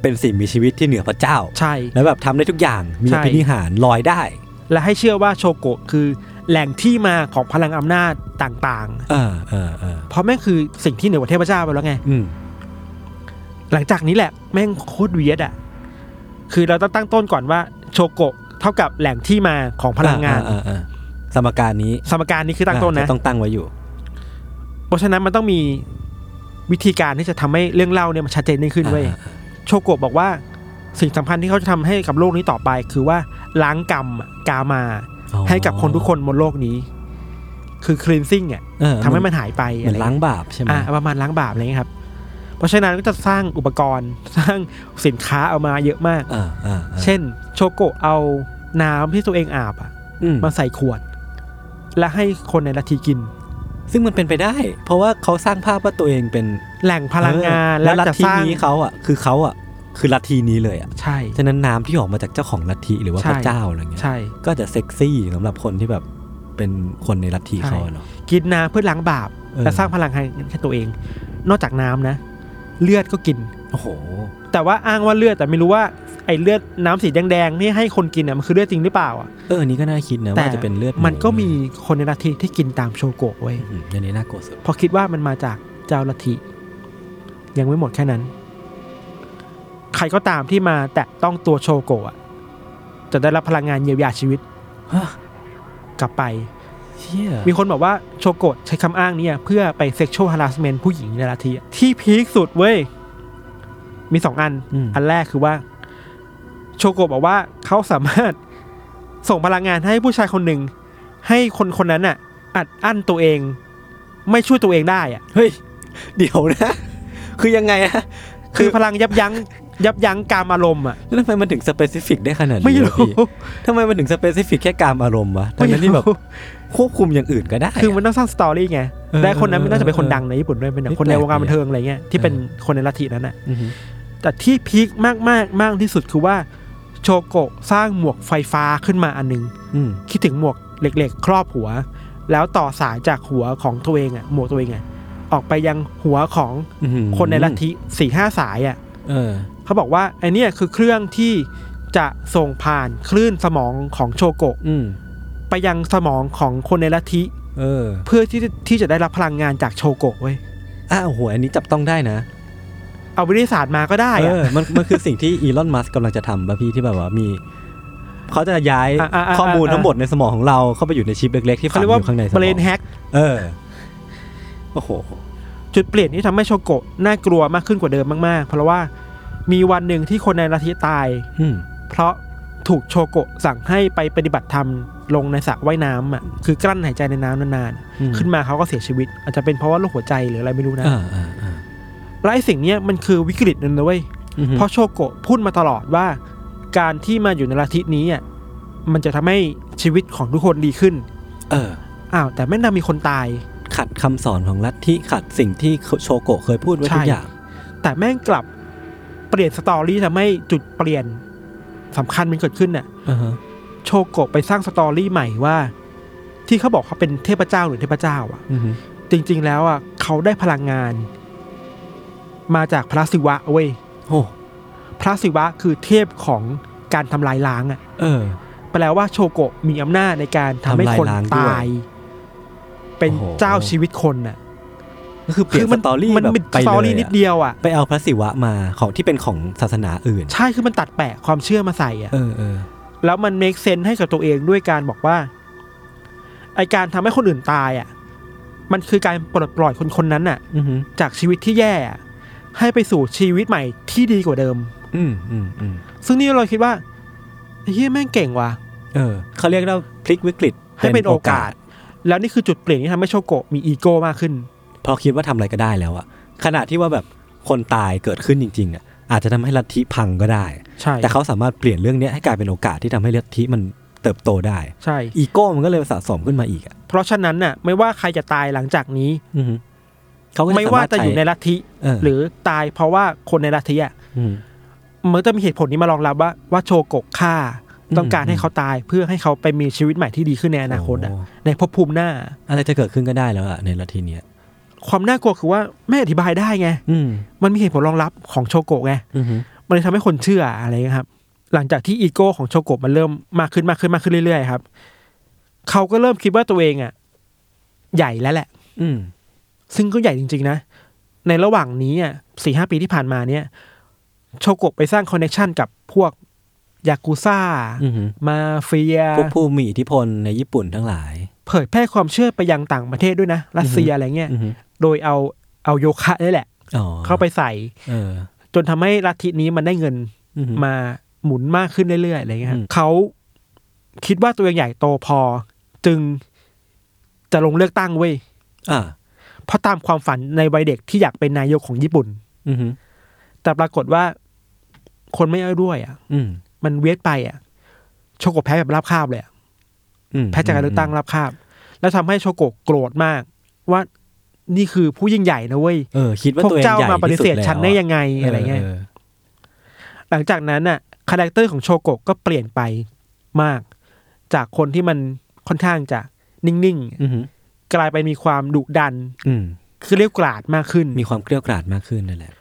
B: เป็นสิ่งมีชีวิตที่เหนือพระเจ้า
C: ใช่
B: แล้วแบบทำได้ทุกอย่างมี
C: ใช่
B: พินิหารลอยได้
C: และให้เชื่อว่าโชโกะคือแหล่งที่มาของพลังอำนาจต่าง
B: เออเออเออ
C: ๆ เพราะแม่งคือสิ่งที่เหนือกว่าเทพเจ้าไปแล้วไง
B: อืม
C: หลังจากนี้แหละแม่งโคตรเวียดอ่ะคือเราต้องตั้งต้นก่อนว่าโชโกะเท่ากับแหล่งที่มาของพลังงาน
B: อ่อ่อ่อ่าสมการนี้
C: สมการนี้คือตั้งต้นนะ
B: อ่าต้องตั้งไว้อยู่
C: เพราะฉะนั้นมันต้องมีวิธีการที่จะทำให้เรื่องเล่าเนี่ยมันชัดเจนยิ่งขึ้นเว้ย
B: อ่า
C: โชโกะบอกว่าสิ่งสำคัญที่เขาจะทำให้กับโลกนี้ต่อไป คือว่าล้างกรรมกามา
B: อ๋อ
C: ให้กับคนทุกคนบนโลกนี้ คือ cleansing อ่ะ
B: เออ
C: ทำให้มันหายไป
B: เหมือนล้างบาปใช่ไหม
C: อ่ะประมาณล้างบาปอะไรเงี้ยครับ เพราะฉะนั้นก็จะสร้างอุปกรณ์ สร้างสินค้าเอามาเยอะมาก
B: อ่าอ่าอ่า
C: เช่น โชโกะเอาน้ำที่ตัวเองอาบอะ
B: อืม
C: มาใส่ขวด และให้คนในลัทธิกิน
B: ซึ่งมันเป็นไปได้ เพราะว่าเขาสร้างภาพว่าตัวเองเป็น
C: แหล่งพลังงาน
B: เออ
C: และ
B: และลัท
C: จะ
B: ธิ
C: สร้าง
B: นี้เขาอ่ะคือเขาอ่ะคือลัทธินี้เลยอ่ะ
C: ใช่
B: ฉะนั้นน้ำที่ออกมาจากเจ้าของลัทธิหรือว่า
C: ใช่
B: พระเจ้าอะไรเงี้ย
C: ใช่
B: ก็จะเซ็กซี่สำหรับคนที่แบบเป็นคนในลัทธิเขาอะเนาะ
C: กินน้ำเพื่อล้างบาป
B: เออ
C: และสร้างพลังให้ตัวเอง นอกจากน้ำนะ เลือดก็กิน
B: โอ้โห
C: แต่ว่าอ้างว่าเลือดแต่ไม่รู้ว่าไอ้เลือดน้ำสีแดงๆนี่ให้คนกินน่ะมันคือเลือดจริงหรือเปล่าอ่ะ
B: เออนี่ก็น่าคิดนะ
C: แต่
B: ว่าจะเป็นเลือดห
C: มันก็มีคนในลัทธิที่กินตามโชโกะไว้ย
B: อืมอันนี้น่ากลัวสุด
C: เพอคิดว่ามันมาจากเจ้าลัทธิยังไม่หมดแค่นั้น ใครก็ตามที่มาแตะต้องตัวโชโกะอะจะได้รับพลังงานเยียวยาชีวิต
B: ฮะ
C: กลับไป
B: เชี่ย
C: มีคนบอกว่าโชโกะใช้คำอ้างเนี่ยเพื่อไป sexual harassment ผู้หญิงในลัทธิที่พีคสุดเว้ย มีสองอัน
B: ม
C: อันแรกคือว่า โชโกะบอกว่าเขาสามารถส่งพลังงานให้ผู้ชายคนหนึ่ง ให้คนคนนั้นน่ะ อัดอั้นตัวเอง ไม่ช่วยตัวเองได้อะ
B: เฮ้ย เดี๋ยวนะ คือยังไงนะ คื
C: คือ อพลังยับยั้ง ยับยั้งการอารมณ์อ่ะ
B: แล้วทำไมมันถึงสเปซิฟิกได้ขนาดนี้
C: ไม่
B: วะ
C: รู้
B: พี่ทำไมมันถึงสเปซิฟิกแค่การอารมณ์วะทั้
C: ไม่
B: งนั้นที่แบบ
C: รู้
B: ควบคุมอย่างอื่นก็ได้ะ
C: คือมันต้องสร้างสตอรี่ไง
B: เออ
C: และคนนั้นมันน่าจะเป็นคน
B: เออ
C: ดังในญี่ปุ่นด้วยเป็นแบ
B: ไม่
C: บคนในวงการ
B: แปลกดีอะ
C: บันเทิงอะไรเงี้ยที่เป็นคนในลัทธินั้นน่ะ
B: อือหือ
C: แต่ที่พีคมากมากมากที่สุดคือว่าโชโกะสร้างหมวกไฟฟ้าขึ้นมาอันหนึง
B: อืม
C: คิดถึงหมวกเหล็กๆ ครอบหัว แล้วต่อสายจากหัวของตัวเองอะหมวกตัวเองอะออกไปยังหัวของ
B: อื้อหือ
C: คนในลัทธิสี่ห้าสายอะ
B: เออ
C: เขาบอกว่าไอเนี่ยคือเครื่องที่จะส่งผ่านคลื่นสมองของโชโกะ
B: อืม
C: ไปยังสมองของคนในลัทธิ
B: เออ
C: เพื่อที่จะที่จะได้รับพลังงานจากโชโกะเว้ย
B: อ้าวโหอันนี้จับต้องได้นะ
C: เอาวิทยาศาสตร์มาก็ได้
B: เอ
C: อะ
B: อมันมันคือสิ่งที่อีลอนมัสกกำลังจะทำป่ะพี่ที่แบบว่ามีเขาจะย้าย
C: อ่ะอ่ะอ่ะ
B: ข้อมูล
C: อ่ะ
B: ทั้งหมดในสมองของเราเข้าไปอยู่ในชิปเล็กๆที่
C: เขา
B: ฝังอ
C: เรียกว่า
B: ยู่ข้างในสม
C: เบร
B: อง
C: นแฮก
B: เออโอ้โห
C: จุดเปลี่ยนที่ทำให้โชโกะน่ากลัวมากขึ้นกว่าเดิมมากๆ เพราะว่ามีวันหนึ่งที่คนในลัทธิตาย
B: อืม
C: เพราะถูกโชโกะสั่งให้ไปปฏิบัติธรรมลงในสระว่ายน้ำอ่ะคือกลั้นหายใจในน้ำนาน
B: อืม
C: ๆ ขึ้นมาเขาก็เสียชีวิต อาจจะเป็นเพราะว่าโรคหัวใจหรืออะไรไม่รู้นะ
B: อ่าอ่าอ่า
C: และไอ้สิ่งเนี้ยมันคือวิกฤตหนึงนะเว้ย
B: อืม
C: เพราะโชโกะพูดมาตลอดว่า การที่มาอยู่ในลัทธินี้อ่ะมันจะทำให้ชีวิตของทุกคนดีขึ้น
B: เออ
C: อ้าวแต่แม่นามีคนตาย
B: ขัดคำสอนของลัทธิขัดสิ่งที่โชโกะเคยพูดไว้
C: ใช่
B: ทุกอย่าง
C: แต่แม่งกลับเปลี่ยนสตอรี่ทำให้จุดเปลี่ยนสำคัญมันเกิดขึ้นน่ะ
B: อ่าฮะ
C: โชโกะไปสร้างสตอรี่ใหม่ว่า ที่เขาบอกเขาเป็นเทพเจ้าหรือเทพเจ้าอ่ะ
B: อือฮึ
C: จริง ๆ แล้วอ่ะเขาได้พลังงาน มาจากพระศิวะเว้ย
B: โอ้
C: พระศิวะคือเทพของการทำลายล้างอ่ะ
B: เออ
C: แปลว่าโชโกะมีอำนาจในการทำให้คน
B: ทำลายล้างด้วย
C: ตาย เป็น
B: โอ้โห
C: เจ้าชีวิตคนน่ะ
B: ก็คือเปลี่ยนสตอรี่
C: มัน
B: แบบ
C: เป็น
B: ไป
C: สตอรี่
B: เล
C: นิ
B: ย
C: ด
B: อะ
C: เดียวอ่ะ
B: ไปเอาพระศิวะมาของที่เป็นของศาสนาอื่น
C: ใช่คือมันตัดแปะความเชื่อมาใส่อ่ะ
B: เออเออ
C: แล้วมัน make sense ให้กับตัวเองด้วยการบอกว่า ไอการทำให้คนอื่นตายอ่ะ มันคือการปลดปล่อยคนคนนั้นน่ะ
B: อือฮึ
C: จากชีวิตที่แย่อะให้ไปสู่ชีวิตใหม่ที่ดีกว่าเดิม
B: อืมอืมอืม
C: ซึ่งนี่เราคิดว่าไอ้เฮียแม่งเก่งว่ะ
B: เออเขาเรียกว่าพลิกวิกฤต
C: ให้เป็นโอกาส แล้วนี่คือจุดเปลี่ยนที่ทำให้โชโกะมีอีโก้มากขึ้น
B: เพราะคิดว่าทำอะไรก็ได้แล้วอะขณะที่ว่าแบบคนตายเกิดขึ้นจริง ๆอะ อาจจะทำให้ลัทธิพังก็ได้
C: ใช่
B: แต่เขาสามารถเปลี่ยนเรื่องเนี้ยให้กลายเป็นโอกาสที่ทำให้ลัทธิมันเติบโตได้
C: ใช่
B: อีโก้มันก็เลยสะสมขึ้นมาอีกอ่ะ
C: เพราะฉะนั้นน่ะ ไม่ว่าใครจะตายหลังจากนี้
B: อือฮึเขาก็
C: ไม่ว่าจะ
B: สมรถ
C: อยู่ในลัทธิ
B: เออ
C: หรือตายเพราะว่าคนในลัทธิอ่ะ
B: ม
C: มันจะมีเหตุผลนี้มารองรับว่าว่าโชโกกฆ่า
B: อืม
C: ต้องการให้เขาตายเพื่อให้เขาไปมีชีวิตใหม่ที่ดีขึ้นในอนาคตอ่ะ
B: โอ้
C: ในภพภูมิหน้า
B: อะไรจะเกิดขึ้นก็ได้แล้วอะในลัทธิเนี้ย
C: ความน่ากลัวคือว่าไม่อธิบายได้ไง
B: อืม
C: มันมีเหตุผลรองรับของโชโกะไง
B: อือฮึ
C: มันเลยทำให้คนเชื่ออะไรเงี้ยครับ หลังจากที่อีโก้ของโชโกะมันเริ่มมากขึ้นมากขึ้นมากขึ้นเรื่อยๆครับ เขาก็เริ่มคิดว่าตัวเองอ่ะ ใหญ่แล้วแหละ
B: อืม
C: ซึ่งก็ใหญ่จริงๆนะ ในระหว่างนี้อ่ะสี่ห้าปีที่ผ่านมาเนี่ย โชโกะไปสร้างคอนเนคชันกับพวกยากูซ่า
B: อือฮึ
C: มาเฟีย
B: พวกผู้มีอิทธิพลในญี่ปุ่นทั้งหลาย
C: เผยแพร่ความเชื่อไปยังต่างประเทศด้วยนะ รัสเซียอะไรเงี้ย
B: อือฮึ
C: โดยเอาเอาโยคะนี่แหละ
B: อ๋อ
C: เข้าไปใส่
B: เออ
C: จนทำให้ลัทธินี้มันได้เงิน
B: อือฮึ
C: มาหมุนมากขึ้นเรื่อยๆอะไรเงี้ยครับ
B: อืม
C: เขาคิดว่าตัวเองใหญ่โตพอ จึงจะลงเลือกตั้งเว้ย
B: อ่า
C: เพราะตามความฝันในวัยเด็กที่อยากเป็นนายกของญี่ปุ่น
B: อือฮึ
C: แต่ปรากฏว่าคนไม่เอาด้วยอ่ะ
B: อืม
C: มันเวทไปอ่ะ โชโกะแพ้แบบราบคาบเลยอะ
B: อืม
C: แพ้จากการเลือกตั้งราบคาบ แล้วทำให้โชโกะโกรธมาก ว่านี่คือผู้ยิ่งใหญ่นะเว้ย
B: เออ คิดว่า
C: พวก
B: ตัวเอง
C: เจ้า
B: ใหญ่
C: มาปฏิเสธ
B: ที่สุ
C: ฉันได้ยังไง
B: แล้ว
C: อะไรเงี้ย
B: ออ
C: หลังจากนั้นน่ะคาแรคเตอร์ของโชโกะก็เปลี่ยนไปมาก จากคนที่มันค่อนข้างจะนิ่ง
B: อือฮึ
C: ๆ กลายไปมีความดุดัน
B: อืม
C: คือเรียกกราดมากขึ้น
B: มีความเกรี้ยวกราดมากขึ้นนั่นแหละ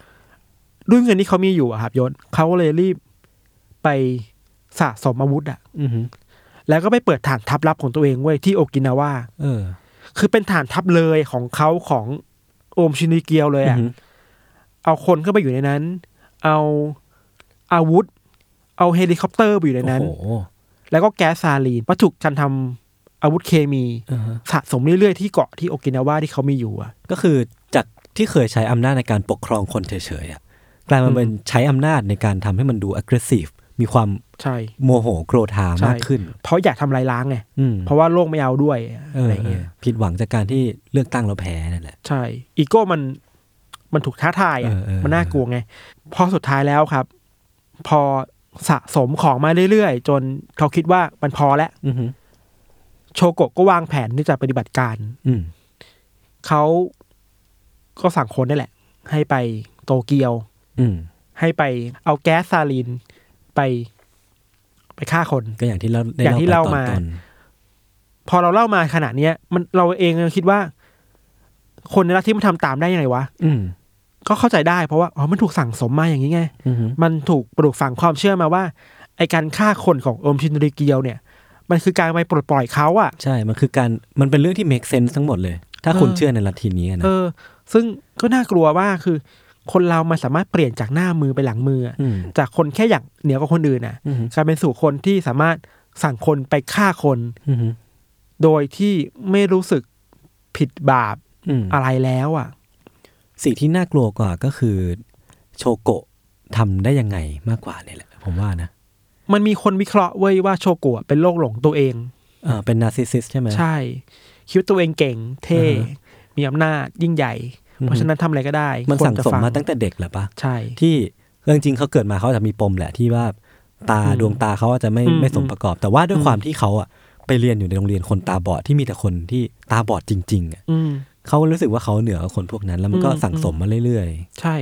C: ด้วยเงินที่เขามีอยู่อะครับยศเขาก็เลยรีบไปสะสมอาวุธอะ
B: อือฮึ
C: แล้วก็ไปเปิดฐานทัพลับของตัวเองเว้ยที่โอกินาวา
B: เออ
C: คือเป็นฐานทัพเลยของเขาของโอมชินิเกียวเลย
B: อือ
C: อะ
B: ฮึ
C: เอาคนเข้าไปอยู่ในนั้น เอาอาวุธ เอาเฮลิคอปเตอร์ไปอยู่ในนั้น
B: โอ้โห
C: แล้วก็แก๊สซาลีนวัตถุการทำอาวุธเคมี
B: เออฮะ
C: สะสมเรื่อยๆที่เกาะที่โอกินาวาที่เขามีอยู่อะ
B: ก็คือจากที่เคยใช้อำนาจในการปกครองคนเฉยๆอ่ะกลายมาเป็น
C: อืม
B: ใช้อำนาจในการทำให้มันดู aggressive มีความ
C: ใช่
B: โมโหโกรธา
C: ใช่
B: มากขึ้น
C: เพราะอยากทำลายล้างไง
B: อืม
C: เพราะว่าโลกไม่เอาด้วยอะไรเงี้ย
B: เออผิดหวังจากการที่เลือกตั้งแล้วแพ้นั่นแหละ
C: ใช่ อีโก้มันมันถูกท้าทายอะ
B: เออเออ
C: มันน่ากลัวไง พอสุดท้ายแล้วครับ พอสะสมของมาเรื่อยๆ จนเขาคิดว่ามันพอแล้ว
B: อือฮึ
C: โชโกะก็วางแผนที่จะปฏิบัติการ
B: อืม
C: เขาก็สั่งคนนี่แหละ ให้ไปโตเกียว
B: อืม
C: ให้ไปเอาแก๊สซาลินไปไปฆ่าคน
B: ก็อย่างที่เราได้
C: อย่างที่เล่า
B: ไปตอน
C: มา
B: ต้น
C: พอเราเล่ามาขนาดเนี้ย มันเราเองยังคิดว่า คนในรัฐที่มันทำตามได้ยังไงวะ
B: อืม
C: ก็เข้าใจได้เพราะว่าอ๋อมันถูกสั่งสมมาอย่างนี้ไง
B: อืม
C: มันถูกปลูกฝังความเชื่อมาว่า ไอการฆ่าคนของโอมชินริเกียวเนี่ย มันคือการไปปลดปล่อยเขาอะ
B: ใช่ มันคือการมันเป็นเรื่องที่ make sense ทั้งหมดเลย ถ้าคุณ
C: เออ
B: เชื่อในลัทธินี้นะ
C: เออ ซึ่งก็น่ากลัวว่าคือ คนเรามันสามารถเปลี่ยนจากหน้ามือไปหลังมืออะ
B: ม
C: จากคนแค่อยากเหนียวกว่าคนอื่นนะ
B: อืม
C: กลายเป็นสู่คนที่สามารถสั่งคนไปฆ่าคน
B: อืม
C: โดยที่ไม่รู้สึกผิดบาป
B: อืม
C: อะไรแล้วอะ
B: สิ่งที่น่ากลัวกว่าก็คือ โชโกะทำได้ยังไงมากกว่าเนี่ยแหละ ผมว่านะ
C: มันมีคนวิเคราะห์เว้ยว่าโชกุอะเป็นโรคหลงตัวเอง
B: เออเป็นนาร์ซิสซิสใช่ไหม
C: ใช่ คิดว่าตัวเองเก่ง เท่
B: อ่าฮะ
C: มีอำนาจยิ่งใหญ่
B: อือฮึ
C: เพราะฉะนั้นทำอะไรก็ได้
B: มันสั่ง
C: คจะ
B: สม
C: ฟั
B: มาตั้งแต่เด็กเหรอปะ
C: ใช่
B: ที่เรื่องจริงเขาเกิดมาเขาอาจจะมีปมแหละที่ว่าตา
C: อืม
B: ดวงตาเขาอาจจะไม่
C: อืม
B: ไม่สม
C: อืม
B: ประกอบ แต่ว่าด้วยความที่เขาอะไปเรียนอยู่ในโรงเรียนคนตาบอดที่มีแต่คนที่ตาบอดจริงๆอะ
C: อืม
B: เขารู้สึกว่าเขาเหนือกว่าคนพวกนั้น แล้วมันก็
C: อืม
B: สั่งสมมาเรื่อย
C: ใช่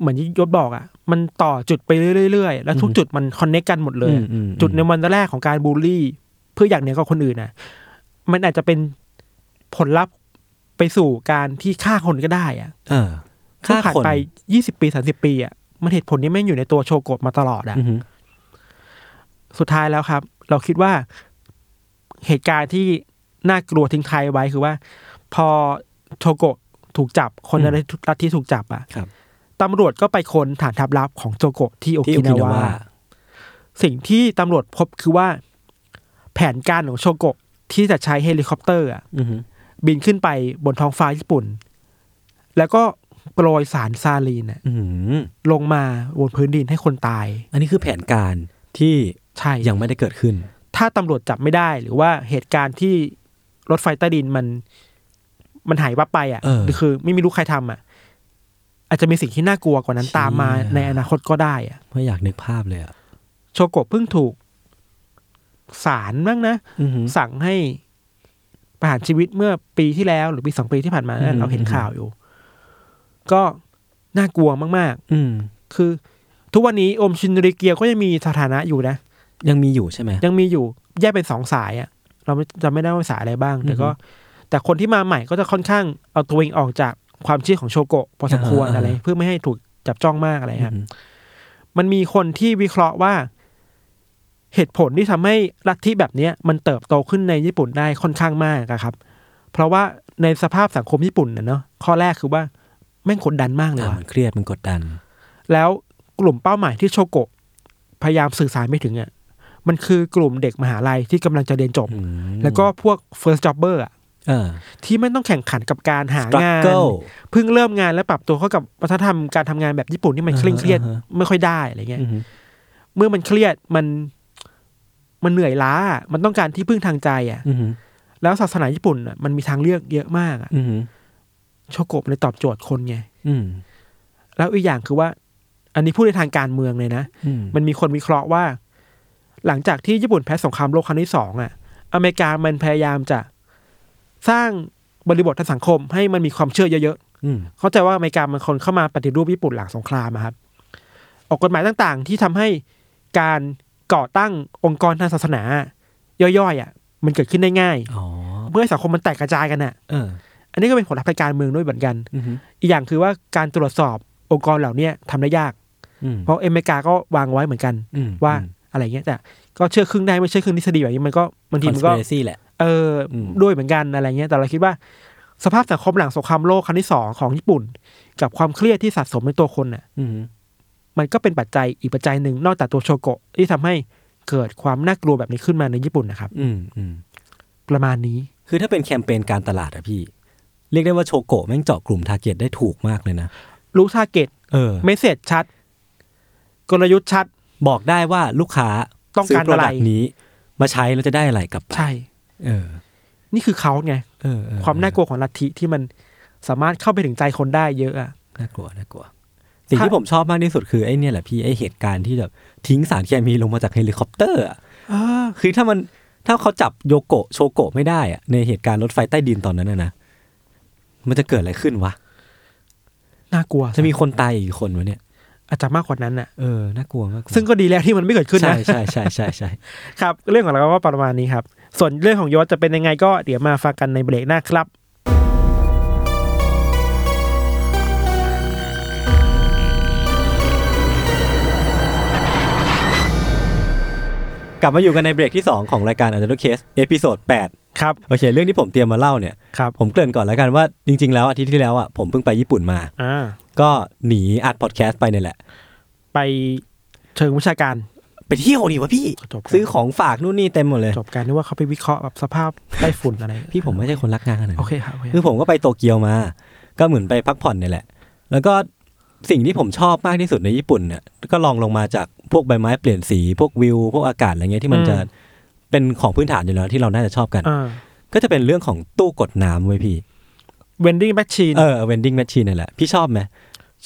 C: เหมือนที่ยศบอกอ่ะ มันต่อจุดไปเรื่อยๆ แล้วทุก
B: อือฮึ
C: จุดมันคอนเน c กกันหมดเลยอะ
B: อืมอืม
C: จุดในวันแรกของการบูลลี่ เพื่ออยากเหนือกว่าคนอื่นนะมันอาจจะเป็นผลลัพธ์ไปสู่การที่ฆ่าคนก็ได้อ่ะ
B: ๆเออฆ่า
C: ผ่าน
B: คน
C: ไปยี่สิบปีสามสิบปีอ่ะมันเหตุผลนี้ไม่งอยู่ในตัวโชโกะมาตลอดอ่ะ
B: อือหือ
C: สุดท้ายแล้วครับ เราคิดว่าเหตุการณ์ที่น่ากลัวทิ้งท้ายไว้คือว่า พอโชโกะถูกจับคนในรัฐที่ถูกจับอ่ะ
B: ครับ
C: ตำรวจก็ไปค้นฐานทัพลับของโชโกะที่โอ
B: ที่โอ
C: กินา
B: กิาว
C: นา
B: วา
C: สิ่งที่ตำรวจพบคือว่า แผนการของโชโกะที่จะใช้เฮลิคอปเตอร์อะ
B: อือหือ
C: บินขึ้นไปบนท้องฟ้าญี่ปุ่น แล้วก็โปรยสารซาลีนอะ
B: อื้อหือ
C: ลงมาบนพื้นดินให้คนตาย
B: อันนี้คือแผนการที่
C: ใช่
B: ยังไม่ได้เกิดขึ้น
C: ถ้าตำรวจจับไม่ได้หรือว่าเหตุการณ์ที่รถไฟใต้ดินมัน มันหายวับไป
B: เออ
C: อะ่ะคือไม่มีรู้ใครทำอ่ะ อาจจะมีสิ่งที่น่ากลัวกว่านั้น
B: เชี่ย
C: ตามมาในอนาคตก็ได้อะ
B: ไม่อยากนึกภาพเลยอ่ะ
C: โชโกะเพิ่งถูกศาลบ้างนะ
B: อือหือ
C: สั่งให้ประหารชีวิตเมื่อปีที่แล้ว หรือปีสองปีที่ผ่านมา
B: อืม
C: เราเห็นข่าวอยู่ ก็น่ากลัวมาก
B: อืม
C: ๆ คือ ทุกวันนี้โอมชินริเกียวก็ยังมีสถานะอยู่นะ
B: ยังมีอยู่ใช่ไหม
C: ยังมีอยู่แยกเป็นสองสายอะเราไม่จำไม่ได้ว่าสายอะไรบ้าง แต่ก็
B: อือฮึ
C: แต่คนที่มาใหม่ก็จะค่อนข้างเอาตัวเองออกจากความเชื่อของโชโกะพอสมควร
B: อ่าๆ
C: อะไร เพื่อไม่ให้ถูกจับจ้องมากอะไรครับ
B: อืม
C: มันมีคนที่วิเคราะห์ว่า เหตุผลที่ทำให้ลัทธิแบบเนี้ยมันเติบโตขึ้นในญี่ปุ่นได้ค่อนข้างมากอะครับ เพราะว่าในสภาพสังคมญี่ปุ่นน่ะเนาะข้อแรกคือว่าแม่งกดดันมากเลย
B: อ่ะ
C: ว่ะ
B: มันเครียดมันกดดัน
C: แล้วกลุ่มเป้าหมายที่โชโกะพยายามสื่อสารไม่ถึงอะมันคือกลุ่มเด็กมหาลัยที่กำลังจะเรียนจบ
B: อืม
C: แล้วก็พวก first jobber อะ
B: เออ
C: ที่ไม่ต้องแข่งขันกับการหางาน
B: struggle
C: เพิ่งเริ่มงานและปรับตัวเข้ากับวัฒนธรรมการทำงานแบบญี่ปุ่นที่มัน
B: อ่า
C: เค
B: ฮะ
C: ร่งเครียด
B: อ่าฮะ
C: ไม่ค่อยได้อะไรเงี้ย
B: อือหือ
C: เมื่อมันเครียดมันมันเหนื่อยล้า มันต้องการที่พึ่งทางใจอ่ะ
B: อือหือ
C: แล้วศาสนาญี่ปุ่นอ่ะมันมีทางเลือกเยอะมากอ่ะ
B: อือหือ
C: โชโกะเลยตอบโจทย์คนไง
B: อืม
C: แล้วอีกอย่างคือว่า อันนี้พูดในทางการเมืองเลยนะ
B: อืม
C: มันมีคนวิเคราะห์ว่า หลังจากที่ญี่ปุ่นแพ้สงครามโลกครั้งที่สองอ่ะ อเมริกามันพยายามจะสร้างบริบททางสังคมให้มันมีความเชื่อเยอะ
B: อืม
C: ๆ เข้าใจว่าอเมริกามันคนเข้ามาปฏิรูปญี่ปุ่นหลังสงครามอะครับ ออกกฎหมายต่างๆ ที่ทำให้การก่อตั้งองค์กรทางศาสนา ย่อยๆอ่ะ มันเกิดขึ้นได้ง่าย
B: อ๋อ
C: เพื่อให้สังคมมันแตกกระจายกันอ่ะ
B: เออ
C: อันนี้ก็เป็นผลลัพธ์ทางการเมืองด้วยเหมือนกัน
B: อือหือ
C: อีกอย่างคือว่าการตรวจสอบองค์กรเหล่าเนี้ยทำได้ยาก
B: อืม
C: เพราะอเมริกาก็วางไว้เหมือนกัน
B: อืม
C: ว่าอะไรเงี้ยแต่ก็เชื่อครึ่งได้ไม่เชื่อครึ่งทฤษฎีแบบนี้มันก็บาง
B: ค
C: ที
B: อน
C: มั
B: ซ
C: นก็
B: เปอซี่แหละ
C: เอออ
B: ม
C: ด้วยเหมือนกันอะไรเงี้ยแต่เราคิดว่า สภาพสังคมหลังสงครามโลกครั้งที่สองของญี่ปุ่น กับความเครียดที่สะสมในตัวคนน่ะ
B: อือหือ
C: มันก็เป็นปัจจัยอีกปัจจัยหนึ่งนอกจากตัวโชโกะที่ทำให้เกิดความน่ากลัวแบบนี้ขึ้นมาในญี่ปุ่นนะครับ
B: อืมอืม
C: ประมาณนี้
B: คือถ้าเป็นแคมเปญการตลาดอะพี่ เรียกได้ว่าโชโกะแม่งเจาะกลุ่มทาร์เก็ตได้ถูกมากเลยนะ
C: รู้ทาเกต
B: เออ
C: เมสเซจชัด กลยุทธ์ชัด
B: บอกได้ว่าลูกค้า
C: ต้องการ
B: ซื้ product
C: อะไร
B: นี้ มาใช้แล้วจะได้อะไรกลับไป
C: ใช่
B: เออ
C: นี่คือเขาไง
B: เออเออ
C: ความน่ากลัวของลัทธิที่มันสามารถเข้าไปถึงใจคนได้เยอะอะ
B: น่ากลัวน่ากลัว สิ่ง
C: ถ้า
B: ที่ผมชอบมากที่สุดคือไอ้เนี่ยแหละพี่ไอ้เหตุการณ์ที่แบบทิ้งสารเคมีลงมาจากเฮลิคอปเตอร์อะคือถ้ามันถ้าเขาจับโยโกะโชโกะไม่ได้อะในเหตุการณ์รถไฟใต้ดินตอนนั้นนะนะมันจะเกิดอะไรขึ้นวะ
C: น่ากลัว
B: จะมีคนตายอีกกี่คนวะเนี่ย
C: อาจจะมากกว่านั้นน่ะ
B: เออน่ากลัวมากกว่า
C: ซึ่งก็ดีแล้วที่มันไม่เกิดขึ้น
B: ใช่
C: นะ
B: ใช่ใช่ใช่ใช่
C: ครับ เรื่องของเราก็ประมาณนี้ครับ ส่วนเรื่องของยศจะเป็นยังไงก็เดี๋ยวมาฟังกันในเบรกหน้าครับ
B: กลับมาอยู่กันในเบรกที่ 2 ของรายการอันเดอร์เคสเอพิโซด8
C: ครับ
B: โอเคเรื่องที่ผมเตรียมมาเล่าเนี่ย
C: ครับ
B: ผมเกริ่นก่อนแล้วกันว่าจริง ๆ แล้วอาทิตย์ที่แล้วอ่ะผมเพิ่งไปญี่ปุ่นมา
C: อ่า
B: ก็หนีอัดพอดแคสต์ไปเนี่ยแหละ
C: ไปเชิงวิชาการ
B: ไปเที่ยวนี่วะพี่
C: จบกัน
B: ซื้อของฝากนู่นนี่เต็มหมดเลย
C: จบการที่ว่าเขาไปวิเคราะห์แบบสภาพไต้ฝุ่นอะไร
B: พี่ผมไม่ใช่คนรักงานขนาด
C: โอ
B: นั้น
C: เคครับโอเค
B: คือผมก็ไปโตเกียวมา ก็เหมือนไปพักผ่อนเนี่ยแหละ แล้วก็สิ่งที่ผมชอบมากที่สุดในญี่ปุ่นเนี่ยก็ลองลงมาจากพวกใบไม้เปลี่ยนสีพวกวิวพวกอากาศอะไรเงี้ยที่มันจะเป็นของพื้นฐานอยู่แล้วที่เราน่าจะชอบกัน
C: อ่า
B: ก็จะเป็นเรื่องของตู้กดน้ำเว้ยพี่
C: เวนดิ้งแมชชีน
B: เออ vending machine นั่นแหละ พี่ชอบไหม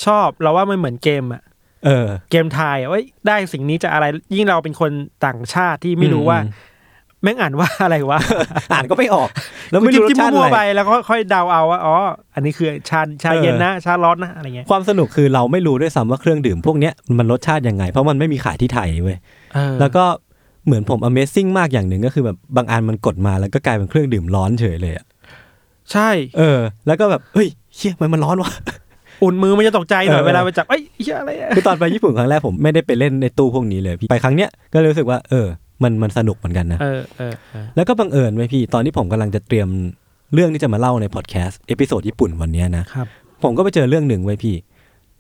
C: ชอบเราว่ามันเหมือนเกมอะ
B: เออ
C: เกมทายอะเอ้ยได้สิ่งนี้จะอะไรยิ่งเราเป็นคนต่างชาติที่ไม่รู้
B: อืม
C: ว่าแม่งอ่านว่าอะไรวะ
B: อ่านก็ไม่ออก แล้วไม่รู้ร
C: จิ้
B: ส
C: ม
B: ชาติ
C: มั่ว
B: อะ
C: ๆไป
B: ไร
C: แล้วก็ค่อยเดาเอาว่าอ๋ออันนี้คือชาชาเย็นนะชาร้อนนะอะไรเงี้ย
B: ความสนุกคือเราไม่รู้ด้วยซ้ำว่าเครื่องดื่มพวกเนี้ยมันรสชาติยังไง เพราะมันไม่มีขายที่ไทยเว้ย
C: เออ
B: แล้วก็เหมือนผม Amazing มากอย่างหนึ่งก็คือแบบบางอันมันกดมาแล้วก็กลายเป็นเครื่องดื่มร้อนเฉยเลยอะ
C: ใช่
B: เออ แล้วก็แบบเฮ้ยเชี่ยมันมันร้อน วะ
C: อุ่นมือมันจะตกใจหน่อย
B: เออ
C: เวลาไปจับเอ้ยเหี้ยอะไรอะ
B: คือตอนไปญี่ปุ่นครั้งแรกผมไม่ได้ไปเล่นในตู้พวกนี้เลยพี่ ไปครั้งเนี้ยก็เลยรู้สึกว่าเออ มันมันสนุกเหมือนกันนะ
C: เออเออเออ
B: แล้วก็บังเอิญไว้ยพี่ตอนที่ผมกำลังจะเตรียมเรื่องที่จะมาเล่าในพอดแคสต์เอพิโซดญี่ปุ่นวันเนี้ยนะ
C: ครับ
B: ผมก็ไปเจอเรื่องหนึ่งไว้ยพี่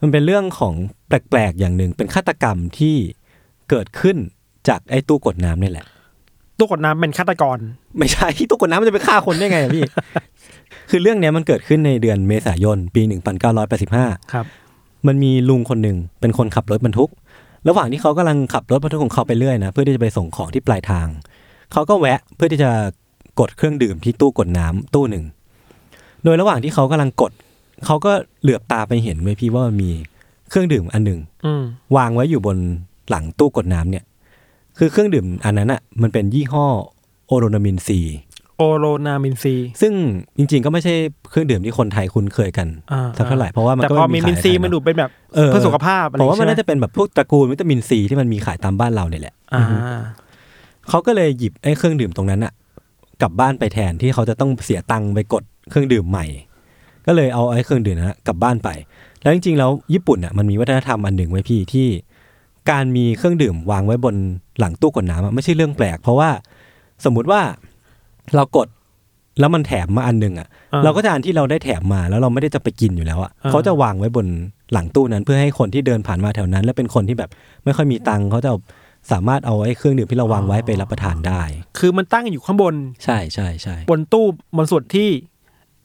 B: มันเป็นเรื่องของแปลกๆอย่างหนึ่ง เป็นฆาตกรรมที่เกิดขึ้นจากไอ้ตู้กดน้ำนี่แหละ
C: ตู้กดน้ำเป็นฆาตกร
B: ไม่ใช่ ตู้กดน้ำมันจะไปฆ่าคนได้ไงอะพี่ คือเรื่องเนี้ยมันเกิดขึ้นในเดือนเมษายน ปี 1985
C: ครับ
B: มันมีลุงคนหนึ่งเป็นคนขับรถบรรทุก ระหว่างที่เขากำลังขับรถบรรทุกของเขาไปเรื่อยนะเพื่อที่จะไปส่งของที่ปลายทาง เขาก็แวะเพื่อที่จะกดเครื่องดื่มที่ตู้กดน้ำตู้หนึ่ง โดยระหว่างที่เขากำลังกด เขาก็เหลือบตาไปเห็นไว้ยพี่ว่ามันมีเครื่องดื่มอันหนึ่ง
C: อืม
B: วางไว้อยู่บนหลังตู้กดน้ำเนี่ย คือเครื่องดื่มอันนั้นอ่ะมันเป็นยี่ห้อโอโรนามินซี
C: โอโรนามินซี
B: ซึ่งจริงๆก็ไม่ใช่เครื่องดื่มที่คนไทยคุ้นเคยกัน
C: อ่า
B: สักเท่าไหร่เพราะว่ามัน
C: แต่
B: ก็
C: พอ
B: ไม่
C: มิ
B: ขาย
C: นซี
B: ใไทย
C: มัน
B: เะ
C: ดูเป็นแบบ
B: เออ
C: เพื่อสุขภาพอะไร
B: ผมว่ามัน
C: ใช่ไห
B: น่าจะเป็นแบบพวกตระกูลวิตามินซีที่มันมีขายตามบ้านเราเนี่ยแหละ
C: อ่า
B: เขาก็เลยหยิบไอ้เครื่องดื่มตรงนั้นอะกลับบ้านไปแทนที่เขาจะต้องเสียตังค์ไปกดเครื่องดื่มใหม่ ก็เลยเอาไอ้เครื่องดื่มนั้นอะกลับบ้านไป แล้วจริงๆแล้วญี่ปุ่นอะมันมีวัฒนธรรมอันหนึ่งไว้พี่ที่ การมีเครื่องดื่มวางไว้บนหลังตู้กดน้ำอะไม่ใช่เรื่องแปลก เพราะว่าสมมุติว่าเรากดแล้วมันแถมมาอันหนึ่งอะ
C: อ่
B: เราก็จะอันที่เราได้แถมมาแล้วเราไม่ได้จะไปกินอยู่แล้วอะ
C: อ่า
B: เขาจะวางไว้บนหลังตู้นั้น เพื่อให้คนที่เดินผ่านมาแถวนั้น และเป็นคนที่แบบไม่ค่อยมีตังค์เขาจะเอาสามารถเอาไอ้เครื่องดื่มที่เราวางไว้ไปรับประทานได้
C: คือมันตั้งอยู่ข้างบน
B: ใช่ใช่ใช่
C: บนตู้บนส่วนที่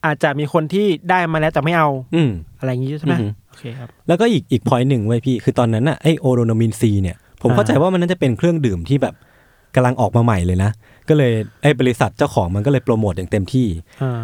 C: อาจจะมีคนที่ได้มาแล้วแต่ไม่เอา
B: อืม
C: อะไรอย่างงี้ใช่ไหม
B: อือหือ
C: โอเคครับ
B: แล้วก็อีกอีกพอยหนึ่งไว้ยพี่ คือตอนนั้นน่ะไอโอโรนมินซีเนี่ย ผม
C: อ่า
B: เข้าใจว่ามันน่าจะเป็นเครื่องดื่มที่แบบกำลังออกมาใหม่เลยนะ ก็เลยไอบริษัทเจ้าของมันก็เลยโปรโมทอย่างเต็มที่
C: อ่า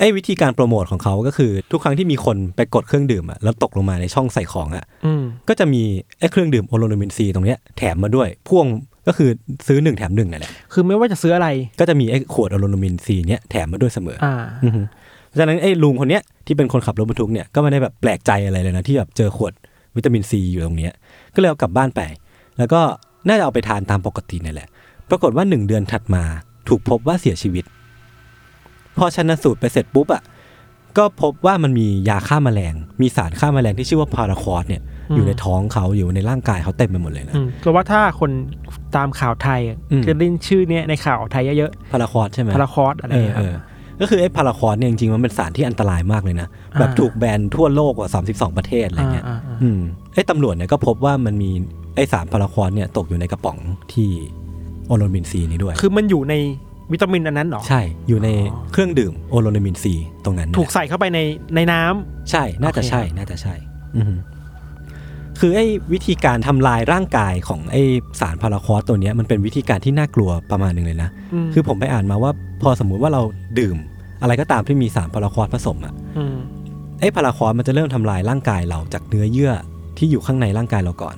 B: ไอวิธีการโปรโมทของเขาก็คือทุกครั้งที่มีคนไปกดเครื่องดื่มอะแล้วตกลงมาในช่องใส่ของอะ
C: อืม
B: ก็จะมีไอเครื่องดื่มโอโรนมินซีตรงเนี้ยแถมมาด้วยพ่วงก็คือซื้อหนึ่งแถมหนึ่งนั่นแหละ
C: คือไม่ว่าจะซื้ออะไร
B: ก็จะมีไอขวดโอโรนมินซีเนี้ยแถมมาด้วยเสมออ
C: อ่า
B: อือฮึเพราะฉะนั้นไอ้ลุงคนเนี้ยที่เป็นคนขับรถบรรทุกเนี่ยก็ไม่ได้แบบแปลกใจอะไรเลยนะ ที่แบบเจอขวดวิตามินซีอยู่ตรงเนี้ยก็เลยเอากลับบ้านไป แล้วก็น่าจะเอาไปทานตามปกติเนี่ยแหละ ปรากฏว่าหนึ่งเดือนถัดมาถูกพบว่าเสียชีวิต พอชันสูตรไปเสร็จปุ๊บอ่ะก็พบว่ามันมียาฆ่าแมลง มีสารฆ่าแมลงที่ชื่อว่าพาราคอสเนี่ย
C: อืม
B: อยู่ในท้องเขาอยู่ในร่างกายเขาเต็มไปหมดเลยนะ
C: อืมก็ว่าถ้าคนตามข่าวไทยอะ
B: อืม
C: จะได้ยินชื่อเนี้ยในข่าวไทยเยอะ
B: พาราคอสใช่ไหม
C: ๆพาราคอสอะไร
B: เออ
C: เงี้ยค
B: เอ
C: รับ
B: อก็คือไอ้พาราคอนเนี่ยจริงๆมันเป็นสารที่อันตรายมากเลยนะ แบบ
C: อ่า
B: ถูกแบนทั่วโลกกว่า 32 ประเทศอะไรเงี้ย
C: อ่าอ่า
B: อืมไอ้ตำรวจเนี่ยก็พบว่ามันมีไอ้สารพาราคอนเนี่ยตกอยู่ในกระป๋องที่โอโรมินซีนี้ด้วย
C: คือมันอยู่ในวิตามินอันนั้นเหรอ
B: ใช่อยู่ใน
C: อ๋อ
B: เครื่องดื่มโอโรมินซีตรงนั้นเนี่ย
C: ถูกใส่เข้าไปในในน้ำ
B: ใช่น่าจะ
C: โอเค
B: ใช่น่าจะใช่อือฮึคือไอ้วิธีการทำลายร่างกายของไอ้สารพาราคอนตัวเนี้ยมันเป็นวิธีการที่น่ากลัวประมาณหนึ่งเลยนะ
C: ม
B: คือผมไปอ่านมาว่าพอสมมุติว่าเราดื่ม อะไรก็ตามที่มีสารพาราคอนผสมอะ
C: ม
B: ไอ้พาราคอนมันจะเริ่มทำลายร่างกายเราจากเนื้อเยื่อที่อยู่ข้างในร่างกายเราก่อน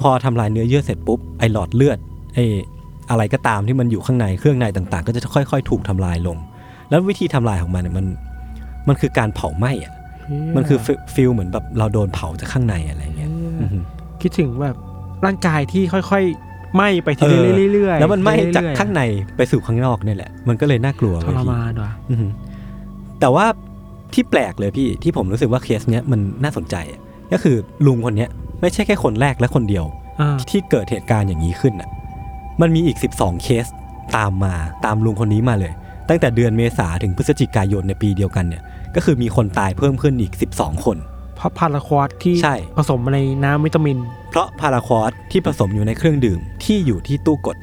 B: พอทำลายเนื้อเยื่อเสร็จปุ๊บไอ้หลอดเลือดไอ้อะไรก็ตามที่มันอยู่ข้างในเครื่องในต่างๆ ก็จะค่อยๆ ถูกทำลายลง แล้ววิธีทำลายของมันเนี่ยมันมันคือการเผาไหม้อะมันคือฟิฟิลเหมือนแบบเราโดนเผาจากข้างในอะไรเงี้ยอือฮึ
C: คิดถึงแบบร่างกายที่ค่อยๆไหม้ไปทีละเรื่อยๆ
B: แล้วมันไหม้จาก
C: เรื่อยๆ
B: ข้างในไปสู่ข้างนอกเนี่ยแหละ มันก็เลยน่ากลัว
C: ท
B: เว้ย
C: ร
B: พี่
C: มานว่ะ
B: อือหือแต่ว่าที่แปลกเลยพี่ที่ผมรู้สึกว่าเคสเนี้ยมันน่าสนใจอะก็คือลุงคนเนี้ยไม่ใช่แค่คนแรกและคนเดียว
C: อ่า
B: ที่เกิดเหตุการณ์อย่างนี้ขึ้นอ่ะมันมีอีก 12 เคสตามมาตามลุงคนนี้มาเลย ตั้งแต่เดือนเมษาถึงพฤศจิกายนในปีเดียวกันเนี่ยก็คือมีคนตายเพิ่มขึ้นอีก 12 คน
C: เพราะพาราควอสที่
B: ใช่
C: ผสมในน้ำวิตามิน
B: เพราะพาราคอสที่ผสมอยู่ในเครื่องดื่มที่อยู่ที่ตู้กด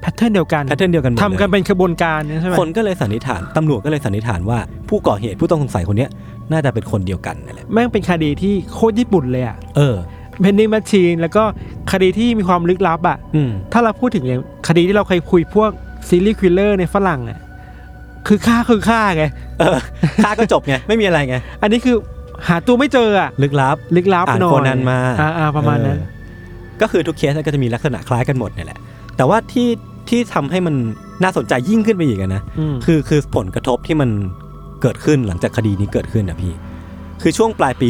C: แพทเทิร์นเดียวกัน
B: แพทเทิร์นเดียวกันหมดเลย
C: ทำกันเป็นขบวนการเนี่ยใช่ไหม
B: คนก็เลยสันนิษฐานตำรวจก็เลยสันนิษฐานว่าผู้ก่อเหตุผู้ต้องสงสัยคนเนี้ยน่าจะเป็นคนเดียวกันนั่นแหละ
C: แม่งเป็นคดีที่โคตรญี่ปุ่นเลยอ่ะ
B: เออ
C: เพนนิงแมชชีนแล้วก็คดีที่มีความลึกลับอ่ะ
B: อืม
C: ถ้าเราพูดถึงอย่างคดีที่เราเคยคุยพวกซีรีส์ควิลเลอร์ในฝรั่งอ่ะคือฆ่าคือฆ่าไง
B: เออฆ่าก็จบไง ไม่มีอะไรไง
C: อันนี้คือหาตัวไม่เจออ่ะ
B: ลึกลับ
C: ลึกลับ
B: อ่าน
C: หน่อย
B: โคนันมา
C: อ่าอ่าประมาณนั้น
B: เออก็คือทุกเคสก็จะมีลักษณะคล้ายกันหมดเนี่ยแหละ แต่ว่าที่ที่ทำให้มันน่าสนใจยิ่งขึ้นไปอีกอะนะ
C: ม
B: คือคือผลกระทบที่มันเกิดขึ้นหลังจากคดีนี้เกิดขึ้นนะพี่ คือช่วงปลายปี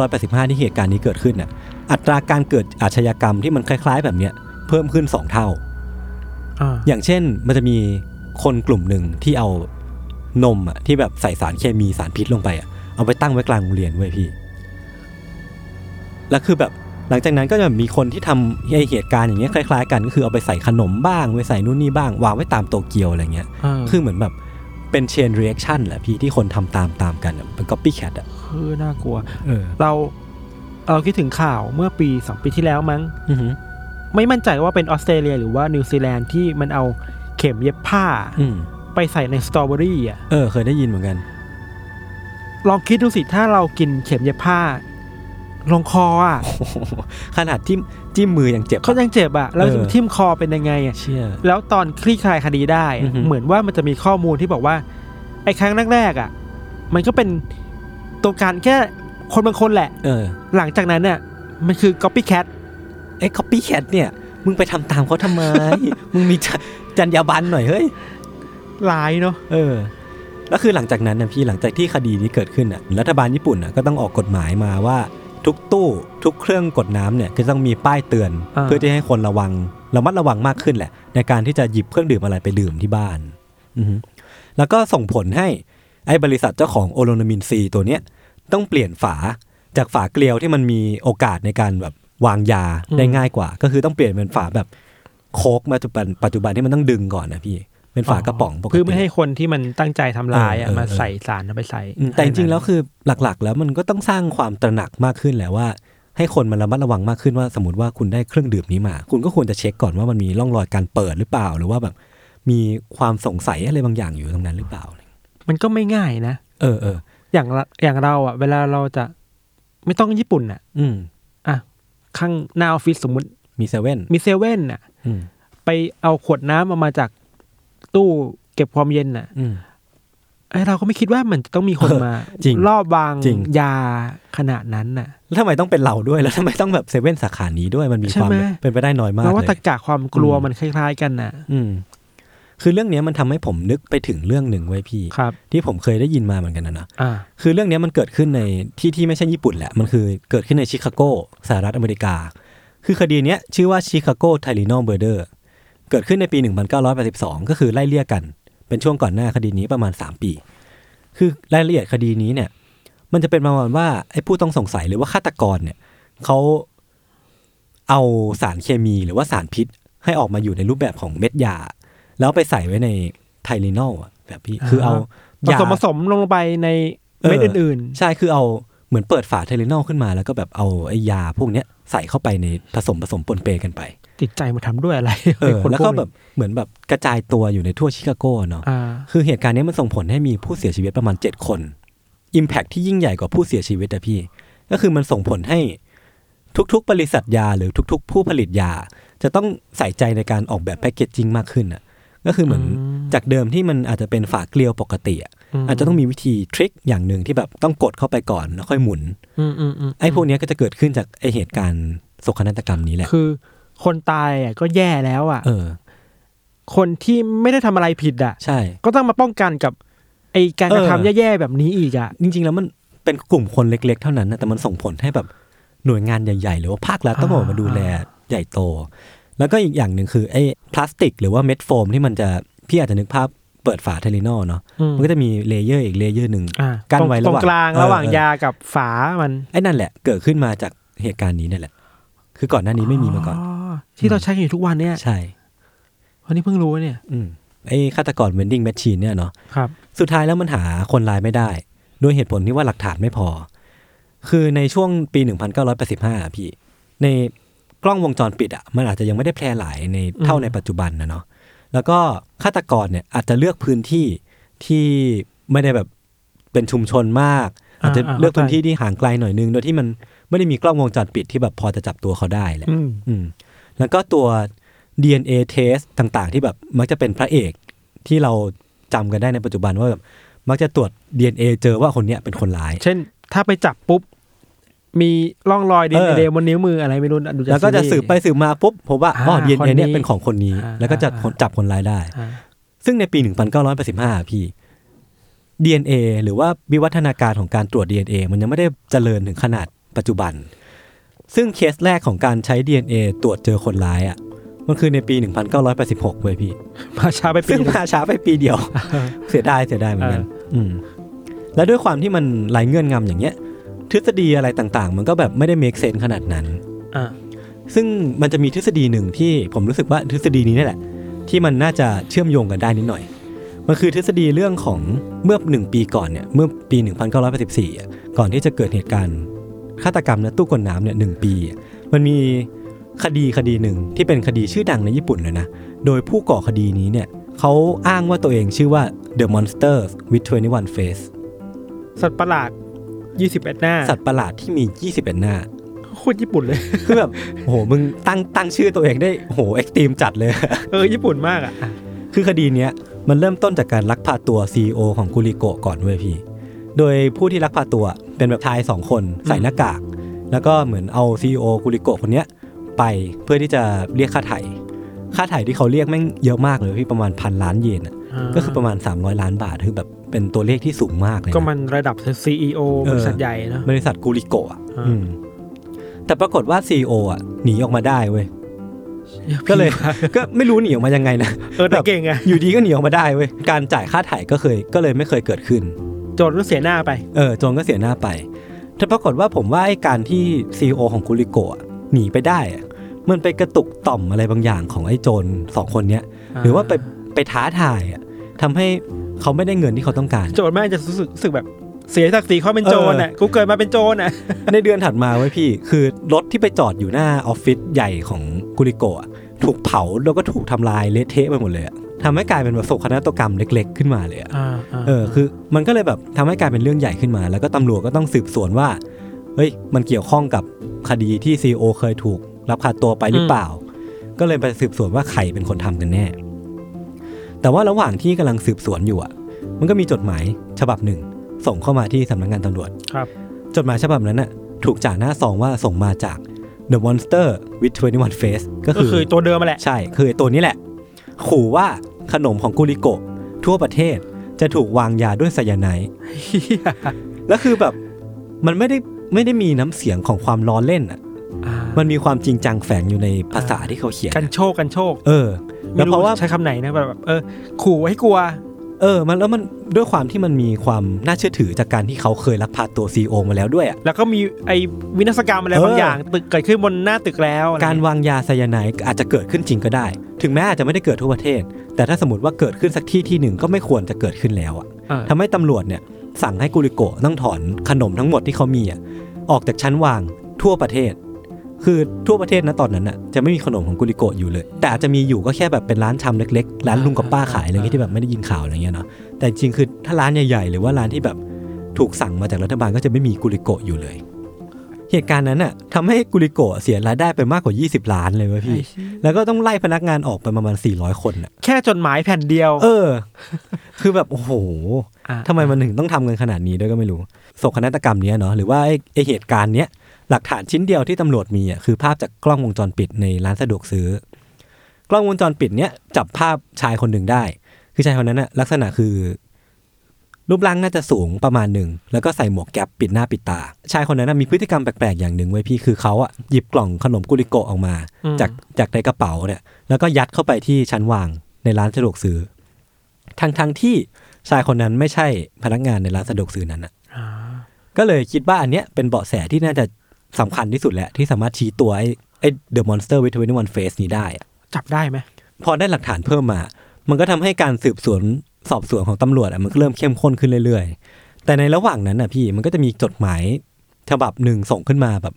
B: 1985 ที่เหตุการณ์นี้เกิดขึ้นน่ะ อัตราการเกิดอาชญากรรมที่มันคล้าย ๆ แบบเนี้ยเพิ่มขึ้นสองเท่า
C: อ่า
B: อย่างเช่นมันจะมีคนกลุ่มหนึ่งที่เอานมอ่ะที่แบบใส่สารเคมีสารพิษลงไปอ่ะเอาไปตั้งไว้กลางโรงเรียนไว้ยพี่ แล้วคือแบบหลังจากนั้นก็จะมีคนที่ทำไอ้เหตุการณ์อย่างเงี้ยคล้ายๆกันก็คือเอาไปใส่ขนมบ้างไปใส่นู่นนี่บ้าง วางไว้ตามโตเกียวอะไรเงี้ย
C: อ่า
B: คือเหมือนแบบเป็นเชนเรีแอคชั่นแหละพี่ที่คนทำตามตามๆกันอะเป็นก๊อปปี้แคทอ่ะ
C: คือน่ากลัว
B: เออ
C: เราเราคิดถึงข่าวเมื่อปีสองปีที่แล้วมั้ง
B: อือหือ
C: ไม่มั่นใจว่าเป็นออสเตรเลีย หรือว่านิวซีแลนด์ที่มันเอาเข็มเย็บผ้า
B: อืม
C: ไปใส่ในสตรอเบอรี่อ่ะ
B: เออ เคยได้ยินเหมือนกัน
C: ลองคิดดูสิถ้าเรากินเข็มเย็บผ้า ลงคออ่ะ
B: ขนาดที่จิ้มมือยังเจ็บอะ
C: เขายังเจ็บอ่ะแล้ว
B: เออ
C: ทิ่มคอเป็นยังไงอ่ะ
B: เชื่อ
C: แล้วตอนคลี่คลายคดีได้
B: อื
C: อะ
B: อฮึ
C: เหมือนว่ามันจะมีข้อมูลที่บอกว่า ไอ้ครั้งแรกๆอ่ะ มันก็เป็น ตัวการแค่คนบางคนแหละ
B: เออ
C: หลังจากนั้นเนี่ยมันคือ copycat
B: ไอ้ copycat เนี่ย มึงไปทำตามเขาทำไม มึงมีจจรรยาบรรณหน่อยเฮ้ย
C: ร้ายเนาะ
B: เออ แล้วคือหลังจากนั้นนะพี่หลังจากที่คดีนี้เกิดขึ้นอ่ะ รัฐบาลญี่ปุ่นอ่ะก็ต้องออกกฎหมายมาว่าทุกตู้ทุกเครื่องกดน้ำเนี่ยก็ต้องมีป้ายเตือน
C: า
B: เพื่อที่ให้คนระวังระมัดระวังมากขึ้นแหละ ในการที่จะหยิบเครื่องดื่มอะไรไปดื่มที่บ้านอือฮึแล้วก็ส่งผลให้ไอ้บริษัทเจ้าของโอโลนามินซีตัวเนี้ยต้องเปลี่ยนฝาจากฝาเกลียวที่มันมีโอกาสในการแบบวางยาได้ง่ายกว่า ก็คือต้องเปลี่ยนเป็นฝาแบบโคกมาปัจจุบันปัจจุบันที่มันต้องดึงก่อนนะพี่เป็นฝากระป๋องปกติ
C: เพื่อไม่ให้คนที่มันตั้งใจทำลาย
B: เออ
C: อะ
B: เออ
C: มาใส่สารเอาไปใส่
B: อืมแต่จริงๆแล้วคือหลักๆ แล้วมันก็ต้องสร้างความตระหนักมากขึ้นแหละว่า ให้คนมันระมัดระวังมากขึ้นว่า สมมติว่าคุณได้เครื่องดื่มนี้มา คุณก็ควรจะเช็คก่อนว่ามันมีร่องรอยการเปิดหรือเปล่า หรือว่าแบบมีความสงสัยอะไรบางอย่างอยู่ตรงนั้นหรือเปล่า
C: มันก็ไม่ง่ายนะ
B: เออเออ
C: อย่างละอย่างเราอะเวลาเราจะไม่ต้องญี่ปุ่นอะ
B: อืม
C: อะข้างหน้าออฟฟิศสมมติ
B: มีเซเว่น
C: มีเซเว่นอะ
B: อืม
C: ไปเอาขวดน้ำเอามาจากตู้เก็บความเย็นอะ
B: อืม
C: ไอเราก็ไม่คิดว่ามันจะต้องมีคนมา
B: จริง
C: รอบวาง
B: จริง
C: ยาขนาดนั้นน่ะ
B: แล้วทำไมต้องเป็นเราด้วยแล้วทำไมต้องแบบเซเว่นสาขานี้ด้วยมันมี
C: ใช่
B: ความ
C: ไหม
B: เป็นไปได้น้อยมาก
C: เราว่า
B: เล
C: ตะ
B: ย
C: กะความกลัว
B: อืม
C: มันคล้าย ๆ กันน่ะ
B: อืม คือเรื่องเนี้ยมันทำให้ผมนึกไปถึงเรื่องหนึ่งไว้ยพี่
C: ครับ
B: ที่ผมเคยได้ยินมาเหมือนกันนะนะ
C: อ่า
B: คือเรื่องเนี้ยมันเกิดขึ้นในที่ที่ไม่ใช่ญี่ปุ่นแหละ มันคือเกิดขึ้นในชิคาโกสหรัฐอเมริกา คือคดีเนี้ยชื่อว่าชิคาโกไทลีนอลเบอร์เดอร์เกิดขึ้นในปี 1982 ก็คือไล่เลี่ยกัน เป็นช่วงก่อนหน้าคดีนี้ประมาณ 3 ปี คือรายละเอียดคดีนี้เนี่ย มันจะเป็นประมาณว่าไอ้ผู้ต้องสงสัยหรือว่าฆาตกรเนี่ยเขาเอาสารเคมีหรือว่าสารพิษ ให้ออกมาอยู่ในรูปแบบของเม็ดยา แล้วไปใส่ไว้ในไทลีนอลอะแบบพี่คือเอา
C: ผ
B: ยา
C: สมผสมลงไปในเม็ด
B: เออ
C: อื่น
B: ใช่ คือเอาเหมือนเปิดฝาเทเลนอลขึ้นมาแล้วก็แบบเอาไอ้ยาพวกเนี้ยใส่เข้าไปในผสมผสมปนเปกันไป
C: ๆ ติดใจมาทำด้วยอะไร
B: เออ
C: คน
B: แล้ว
C: พ
B: ก็
C: นี้
B: แบบเหมือนแบบกระจายตัวอยู่ในทั่วชิคาโกเนาะ
C: อ่า
B: คือเหตุการณ์เนี้ยมันส่งผลให้มีผู้เสียชีวิตประมาณ 7 คน Impact ที่ยิ่งใหญ่กว่าผู้เสียชีวิตอะพี่ ก็คือมันส่งผลให้ทุกๆ บริษัทยาหรือทุกๆ ผู้ผลิตยา จะต้องใส่ใจในการออกแบบแพคเกจจิ้งมากขึ้นอะก็คือเหมือน
C: อืม
B: จากเดิมที่มันอาจจะเป็นฝาเกลียวปกติอะอาจจะต้องมีวิธีทริคอย่างหนึ่งที่แบบต้องกดเข้าไปก่อนแล้วค่อยหมุน
C: อืมอืมอืม
B: ไอ้พวกเนี้ยก็จะเกิดขึ้นจากไอ้เหตุการณ์โศกนาฏกรรมนี้แหละ
C: คือคนตายอ่ะก็แย่แล้วอ่ะ
B: เออ
C: คนที่ไม่ได้ทำอะไรผิดอ่ะ
B: ใช่
C: ก็ต้องมาป้องกันกับไอการกระ
B: เออ
C: ทำแย่ๆแบบนี้อีกอ่ะ
B: จริงๆ แล้วมันเป็นกลุ่มคนเล็ก ๆ เท่านั้นนะแต่มันส่งผลให้แบบหน่วยงานใหญ่ๆ หรือว่าภาครัฐต้องออกมาดูแลใหญ่โต แล้วก็อีกอย่างหนึ่งคือไอ้พลาสติก หรือว่าเม็ดโฟมที่มันจะพี่อาจจะนึกภาพเปิดฝาเทลินอลเนาะ
C: อืม
B: มันก็จะมีเลเยอร์อีกเลเยอร์หนึ่ง
C: อ่า
B: กั้น
C: ตรง
B: ไว้
C: ต
B: ระ
C: ร
B: ห
C: ง
B: ว่าง
C: กลาง
B: เออ
C: ระหว่าง
B: เออย
C: ากับฝามัน
B: ไอ้นั่นแหละเกิดขึ้นมาจากเหตุการณ์นี้นั่นแหละ คือก่อนหน้านี้ไม่มีมาก่อน
C: อ๋อที่เราใช้กันอยู่ทุกวันเนี่ย
B: ใช่
C: วันนี้เพิ่งรู้เนี่ย
B: อืมไอ้ฆาตกรเวนดิ้งแมชชีนเนี่ยเนาะ
C: ครับ
B: สุดท้ายแล้วมันหาคนร้ายไม่ได้ ด้วยเหตุผลที่ว่าหลักฐานไม่พอ คือในช่วงปี 1985อะพี่ ในกล้องวงจรปิดอ่ะมันอาจจะยังไม่ได้แพร่หลายในเท่าในปัจจุบันนะเนาะแล้วก็ฆาตกรเนี่ยอาจจะเลือกพื้นที่ที่ไม่ได้แบบเป็นชุมชนมาก อาจจะ
C: อ่าอ่า
B: เลือกพื้นที่ที่ห่างไกลหน่อยนึงโดยที่มันไม่ได้มีกล้องวงจรปิดที่แบบพอจะจับตัวเขาได้แหละ
C: อืม
B: อืมแล้วก็ตัว DNA test ต่างๆ ที่แบบมักจะเป็นพระเอกที่เราจำกันได้ในปัจจุบันว่าแบบมักจะตรวจ DNA เจอว่าคนเนี้ยเป็นคนร้าย
C: เช่น ถ้าไปจับปุ๊บ มีร่องรอยดิน
B: เออ
C: เดบนนิ้วมืออะไรไม่รู้นะดูจาก
B: แล้วก็จะ
C: ซีรีส์
B: สืบไปสืบมาปุ๊บพบว่าอ๋อ
C: อ่า
B: DNA
C: คนนี้
B: เนี่ยเป็นของคนนี้
C: อ่า
B: แล้วก็จะ
C: อ่า
B: คนจับคนร้ายได้
C: อ่า
B: ซึ่งในปี 1985 พี่ DNA หรือว่าวิวัฒนาการของการตรวจ DNA มันยังไม่ได้เจริญถึงขนาดปัจจุบัน ซึ่งเคสแรกของการใช้ DNA ตรวจเจอคนร้ายอ่ะมันคือในปี 1986เว้ยพี่
C: มาช้าไปปี
B: ซึ่ง
C: หนึ่ง
B: มาช้าไปปีเดียว
C: เออ
B: เสียดายเสียดายเหมือนกันอืมและด้วยความที่มันหลายเงื่อนงำอย่างเงี้ย ทฤษฎีอะไรต่างๆ มันก็แบบไม่ได้ make sense ขนาดนั้น
C: อ่า
B: ซึ่งมันจะมีทฤษฎีหนึ่งที่ผมรู้สึกว่าทฤษฎีนี้นี่แหละ ที่มันน่าจะเชื่อมโยงกันได้นิดหน่อย มันคือทฤษฎีเรื่องของเมื่อหนึ่งปีก่อนเนี่ยเมื่อปี 1984อ่ะก่อนที่จะเกิดเหตุการณ์ฆาตกรรมนะตู้กดน้ำเนี่ยหนึ่งปีอ่ะมันมีคดีคดีหนึ่งที่เป็นคดีชื่อดังในญี่ปุ่นเลยนะ โดยผู้ก่อคดีนี้เนี่ยเขาอ้างว่าตัวเองชื่อว่า The Monsters with 21 Face
C: สัตว์ประหลาดยี่สิบเอ็ดหน้า
B: สัตว์ประหลาดที่มี 21 หน้า
C: โคตรญี่ปุ่นเลย
B: คือแบบโอ้โหมึงตั้งตั้งชื่อตัวเองได้โอ้โหเอ็กซ์ตรีมจัดเลย
C: เออญี่ปุ่นมากอ่ะอ่ะ
B: คือคดีเนี้ยมันเริ่มต้นจากการลักพาตัวซีอของกุลิโกะก่อนเว้ยพี่ โดยผู้ที่ลักพาตัวเป็นแบบชายสองคนใส่หน้ากาก แล้วก็เหมือนเอาซีอกุริโกะคนเนี้ยไปเพื่อที่จะเรียกค่าไถ่ค่าไถ่ที่เขาเรียกแม่งเยอะมากเลยพี่ประมาณพันล้านเยนอะก็คือประมาณ 300 ล้านบาทคือแบบเป็นตัวเลขที่สูงมากเลยนะ
C: ก็มันระดับซีอีโอบริษัทใหญ่เนอะ
B: บริษัทกูริโกะอะ
C: อ่า
B: อืมแต่ปรากฏว่าซีออ่ะหนีออกมาได้เว้ย ก็เลย ก็ไม่รู้หนีออกมายังไงนะ
C: เออแต่เก่งไง
B: อยู่ดีก็หนีออกมาได้เว้ย การจ่ายค่าถ่ายก็เคย ก็เลยไม่เคยเกิดขึ้น
C: โจรรู้เสียหน้าไป
B: เออโจนก็เสียหน้าไป แต่ปรากฏว่าผมว่าไอ้การที่ซีอของกูริโกะอะหนีไปได้อะมันไปกระตุกต่อมอะไรบางอย่างของไอ้โจรสองคนเนี้ย หรือว่าไปไปท้าทายอะทำให้เขาไม่ได้เงินที่เขาต้องการ
C: โจรแม่งจะรู้สึกรู้สึกแบบเสียศักดิ์ศรีเขาเป็นโจรน่ะกูเกิดมาเป็นโจรน่ะ
B: ในเดือนถัดมาไว้ยพี่ คือรถที่ไปจอดอยู่หน้าออฟฟิศใหญ่ของกุริโกะอะถูกเผาแล้วก็ถูกทำลายเละเทะไปหมดเลยอะทำให้กลายเป็นประสบคณาตกรรมเล็กๆ ขึ้นมาเลยอะเออคือมันก็เลยแบบทำให้กลายเป็นเรื่องใหญ่ขึ้นมา แล้วก็ตำรวจก็ต้องสืบสวนว่าเฮ้ยมันเกี่ยวข้องกับคดีที่ซีโอเคยถูกรับพาตัวไปหรือเปล่า ก็เลยไปสืบสวนว่าใครเป็นคนทำกันแน่ แต่ว่าระหว่างที่กำลังสืบสวนอยู่อะมันก็มีจดหมายฉบับหนึ่ง ส่งเข้ามาที่สำนักงานตำรวจ
C: ครับ
B: จดหมายฉบับนั้นน่ะถูกจ่าหน้าซองว่าส่งมาจาก The Monster with 21 Face ก็
C: ก็
B: คือ
C: คือตัวเดิมมาแหละ
B: ใช่คือไอ้ตัวนี้แหละ ขู่ว่าขนมของกุลิโกะทั่วประเทศจะถูกวางยาด้วยไซยาไนด์แล้วคือแบบมันไม่ได้ไม่ได้มีน้ำเสียงของความล้อเล่นอ่ะมันมีความจริงจังแฝงอยู่ในภาษาที่เขาเขียน
C: กันโชคกันโชค
B: เออ แล้ว
C: ไม่
B: เพ
C: รู้
B: ราะว่า
C: ใช้คำไหนนะแบบเออขู่ให้กลัว
B: เออมันแล้วมันด้วยความที่มันมีความน่าเชื่อถือจากการที่เขาเคยลักพาตัวซีโอมาแล้วด้วยอ่ะ
C: แล้วก็มีไอ้วินาศกรรมอะไร
B: เออ
C: บางอย่าง ตึกเกิดขึ้นบนหน้าตึกแล้วอะไร
B: การวางยาไซยาไนด์อาจจะเกิดขึ้นจริงก็ได้ ถึงแม้อาจจะไม่ได้เกิดทั่วประเทศ แต่ถ้าสมมติว่าเกิดขึ้นสักที่ที่หนึ่งก็ไม่ควรจะเกิดขึ้นแล้วอะ
C: เออ
B: ทำให้ตำรวจเนี่ยสั่งให้กุลิโกะต้องถอนขนมทั้งหมดที่เขามีอะออกจากชั้นวางทั่วประเทศ คือทั่วประเทศนะตอนนั้นน่ะจะไม่มีขนมของกุลิโกะอยู่เลย แต่อาจจะมีอยู่ก็แค่แบบเป็นร้านชำเล็กๆ ร้านลุงกับป้าขายอะไรเงี้ยที่แบบไม่ได้ยินข่าวอะไรเงี้ยเนาะ แต่จริงๆคือถ้าร้านใหญ่ๆหรือว่าร้านที่แบบถูกสั่งมาจากรัฐบาลก็จะไม่มีกุลิโกะอยู่เลย เหตุการณ์นั้นน่ะทำให้กุลิโกะเสียรายได้ไปมากกว่า 20 ล้านเลยเว้ยพี่ แล้วก็ต้องไล่พนักงานออกไปประมาณ 400 คนน่ะ
C: แค่จดหมายแผ่นเดียว
B: เออ คือแบบโอ้โห
C: ะ
B: ทำไมมันถึงต้องทำกันขนาดนี้ด้วยก็ไม่รู้โศกนาฏกรรมเนี้ยเนาะหรือว่าไอ้ไอเหตุการณ์เนี้ยหลักฐานชิ้นเดียวที่ตำรวจมีอ่ะคือภาพจากกล้องวงจรปิดในร้านสะดวกซื้อ กล้องวงจรปิดเนี้ยจับภาพชายคนหนึ่งได้ คือชายคนนั้นน่ะลักษณะคือ รูปร่างน่าจะสูงประมาณหนึ่ง แล้วก็ใส่หมวกแก๊ปปิดหน้าปิดตา ชายคนนั้นนะมีพฤติกรรมแปลกๆอย่างหนึ่งไว้ยพี่คือเขาอะหยิบกล่องขนมกุลิโกะออกมา จากจากในกระเป๋าเนี่ย แล้วก็ยัดเข้าไปที่ชั้นวางในร้านสะดวกซื้อ ทั้งทั้งๆที่ชายคนนั้นไม่ใช่พนักงานในร้านสะดวกซื้อนั้นอะก็เลยคิดว่าอันเนี้ยเป็นเบาะแสที่น่าจะสำคัญที่สุดแหละที่สามารถชี้ตัวไอ้ไอ้ The Monster with 21 Face นี้ได้อะ
C: จับได้ไหม
B: พอได้หลักฐานเพิ่มมา มันก็ทำให้การสืบสวนสอบสวนของตำรวจอ่ะมันก็เริ่มเข้มข้นขึ้นเรื่อยๆ แต่ในระหว่างนั้นอ่ะพี่มันก็จะมีจดหมายฉบับหนึ่งส่งขึ้นมาแบบ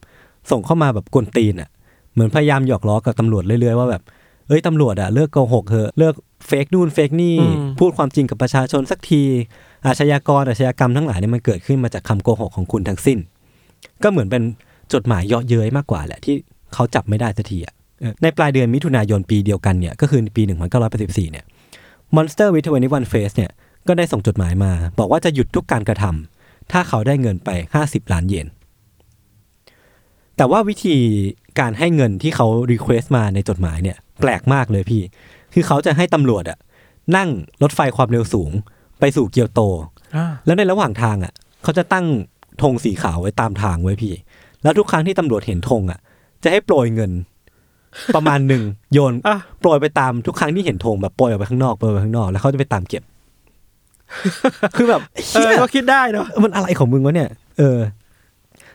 B: ส่งเข้ามาแบบกวนตีนอ่ะ เหมือนพยายามหยอกล้อกับตำรวจเรื่อยๆว่าแบบ เอ้ยตำรวจอ่ะเลิกโกหกเถอะเลิกเฟกนู่นเฟกนี่พูดความจริงกับประชาชนสักที อาชญากรอาชญากรรมทั้งหลายเนี่ยมันเกิดขึ้นมาจากคำโกหกของคุณทั้งสิ้น ก็เหมือนเป็นจดหมายเยาะเย้ยมากกว่าแหละที่เขาจับไม่ได้สักทีอะเออในปลายเดือนมิถุนายนปีเดียวกันเนี่ยก็คือปี 1984 เนี่ย Monster with 21 Face เนี่ยก็ได้ส่งจดหมายมา บอกว่าจะหยุดทุกการกระทำถ้าเขาได้เงินไป 50 ล้านเยน แต่ว่าวิธีการให้เงินที่เขารีเควสมาในจดหมายเนี่ยแปลกมากเลยพี่ คือเขาจะให้ตำรวจอะนั่งรถไฟความเร็วสูง ไปสู่เกียวโต แล้วในระหว่างทางอ่ะ เขาจะตั้งธงสีขาวไว้ตามทางไว้พี่ แล้วทุกครั้งที่ตำรวจเห็นธงอ่ะ จะให้โปรยเงิน ประมาณหนึ่ง โยน
C: อ่ะ
B: โปรยไปตามทุกครั้งที่เห็นธงแบบโปรยออกไปข้างนอกโปรยไปข้างนอกแล้วเขาจะไปตาม เก็บ คือแบบ
C: เอ
B: เหี้
C: อย ก็คิดได้เนาะ
B: มันอะไรของมึงวะเนี่ย เออ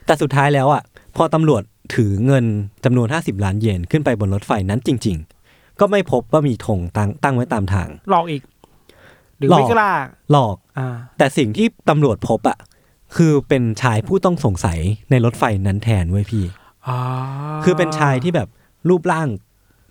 B: แต่สุดท้ายแล้วอ่ะ พอตำรวจถือเงินจำนวน 50 ล้านเยนขึ้นไปบนรถไฟนั้นจริง ๆ ก็ไม่พบว่ามีธงตั้งตั้งไว้ตามทาง
C: หลอกอีก หรือ
B: หลอก
C: ไม่กล้า
B: หลอก
C: อ่า
B: แต่สิ่งที่ตำรวจพบอะคือเป็นชายผู้ต้องสงสัยในรถไฟนั้นแทนเว้ยพี่
C: อ๋อ
B: คือเป็นชายที่แบบรูปร่าง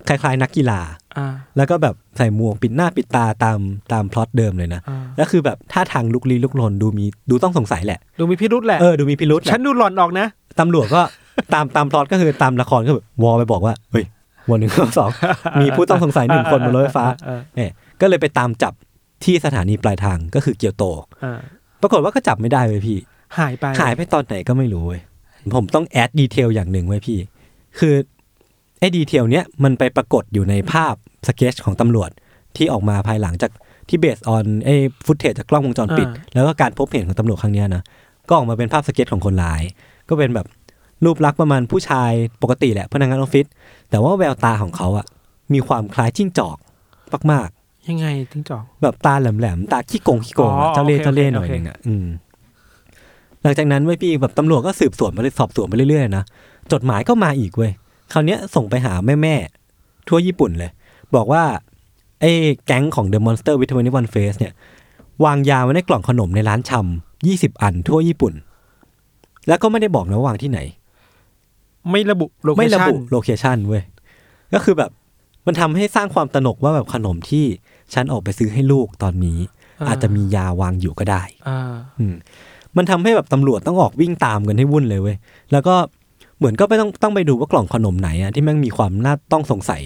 B: คล้ายๆนักกีฬา
C: อ่า
B: แล้วก็แบบใส่หมวกปิดหน้าปิดตาตามตามพล็อตเดิมเลยนะ
C: อ่า
B: แล้วคือแบบท่าทางลุกลี้ลุกลนดูมีดูต้องสงสัยแหละ
C: ดูมีพิรุษแหละ
B: เออดูมีพิรุษแหละ
C: ฉันดูหลอนออกนะ
B: ตำรวจก็ ตามตามพล็อตก็คือตามละครก็แบบวอลไปบอกว่าเฮ้ยวันหนึ่งวันส องมีผู้ต้องสงสัยหนึ่งคนบ นรถไฟฟ้า
C: เออเออเออ
B: เนี่ยก็เลยไปตามจับที่สถานีปลายทางก็คือเกียวโต
C: อ่า
B: ปรากฏว่าก็จับไม่ได้เว้ยพี่
C: หายไป
B: หายไปตอนไหนก็ไม่รู้เว้ยผมต้องแอดดีเทลอย่างหนึ่งไว้พี่ คือไอ้ดีเทลเนี้ยมันไปปรากฏอยู่ในภาพสเก็ตของตำรวจที่ออกมาภายหลังจากที่เบสออนไอ้ฟุตเทจจากกล้องวงจรปิด แล้วก็การพบเห็นของตำรวจครั้งเนี้ยนะก็ออกมาเป็นภาพสเก็ตของคนร้าย ก็เป็นแบบรูปลักษณ์ประมาณผู้ชายปกติแหละพนักงานออฟฟิศแต่ว่าแววตาของเขาอะมีความคล้ายจิ้งจอกมาก
C: ยังไงถึงจอก
B: ๆแบบตาแหลมๆตาขี้โกงขี้โกง
C: อ๋
B: อะ
C: อ
B: เจ้าเล่ห์
C: โอเค
B: เจ้าเล่ห์ห
C: โอ
B: น่อย
C: เค
B: หนึงอะอืม หลังจากนั้นเว้ยพี่แบบตำรวจก็สืบสวนมาเลยสอบสวนไปเรื่อยๆนะจดหมายก็มาอีกเว้ยคราวเนี้ยส่งไปหาแม่ๆทั่วญี่ปุ่นเลย บอกว่าไอ้แก๊งของ The Monster with 21 Face เนี่ย วางยาไว้ในกล่องขนมในร้านชำ20 อันทั่วญี่ปุ่น แล้วก็ไม่ได้บอกนะว่าวางที่ไหน
C: ไม่ระบุโลเค
B: ไม่ระ
C: ชั่น
B: บุโลเคชันเว้ย ก็คือแบบมันทำให้สร้างความตระหนกว่าแบบขนมที่ฉันออกไปซื้อให้ลูกตอนนี้ อาจจะมียาวางอยู่ก็ได้
C: อ่า
B: อืมมันทำให้แบบตำรวจต้องออกวิ่งตามกันให้วุ่นเลยเว้ย แล้วก็เหมือนก็ไปต้องต้องไปดูว่ากล่องขนมไหนอะที่แม่งมีความน่าต้องสงสัย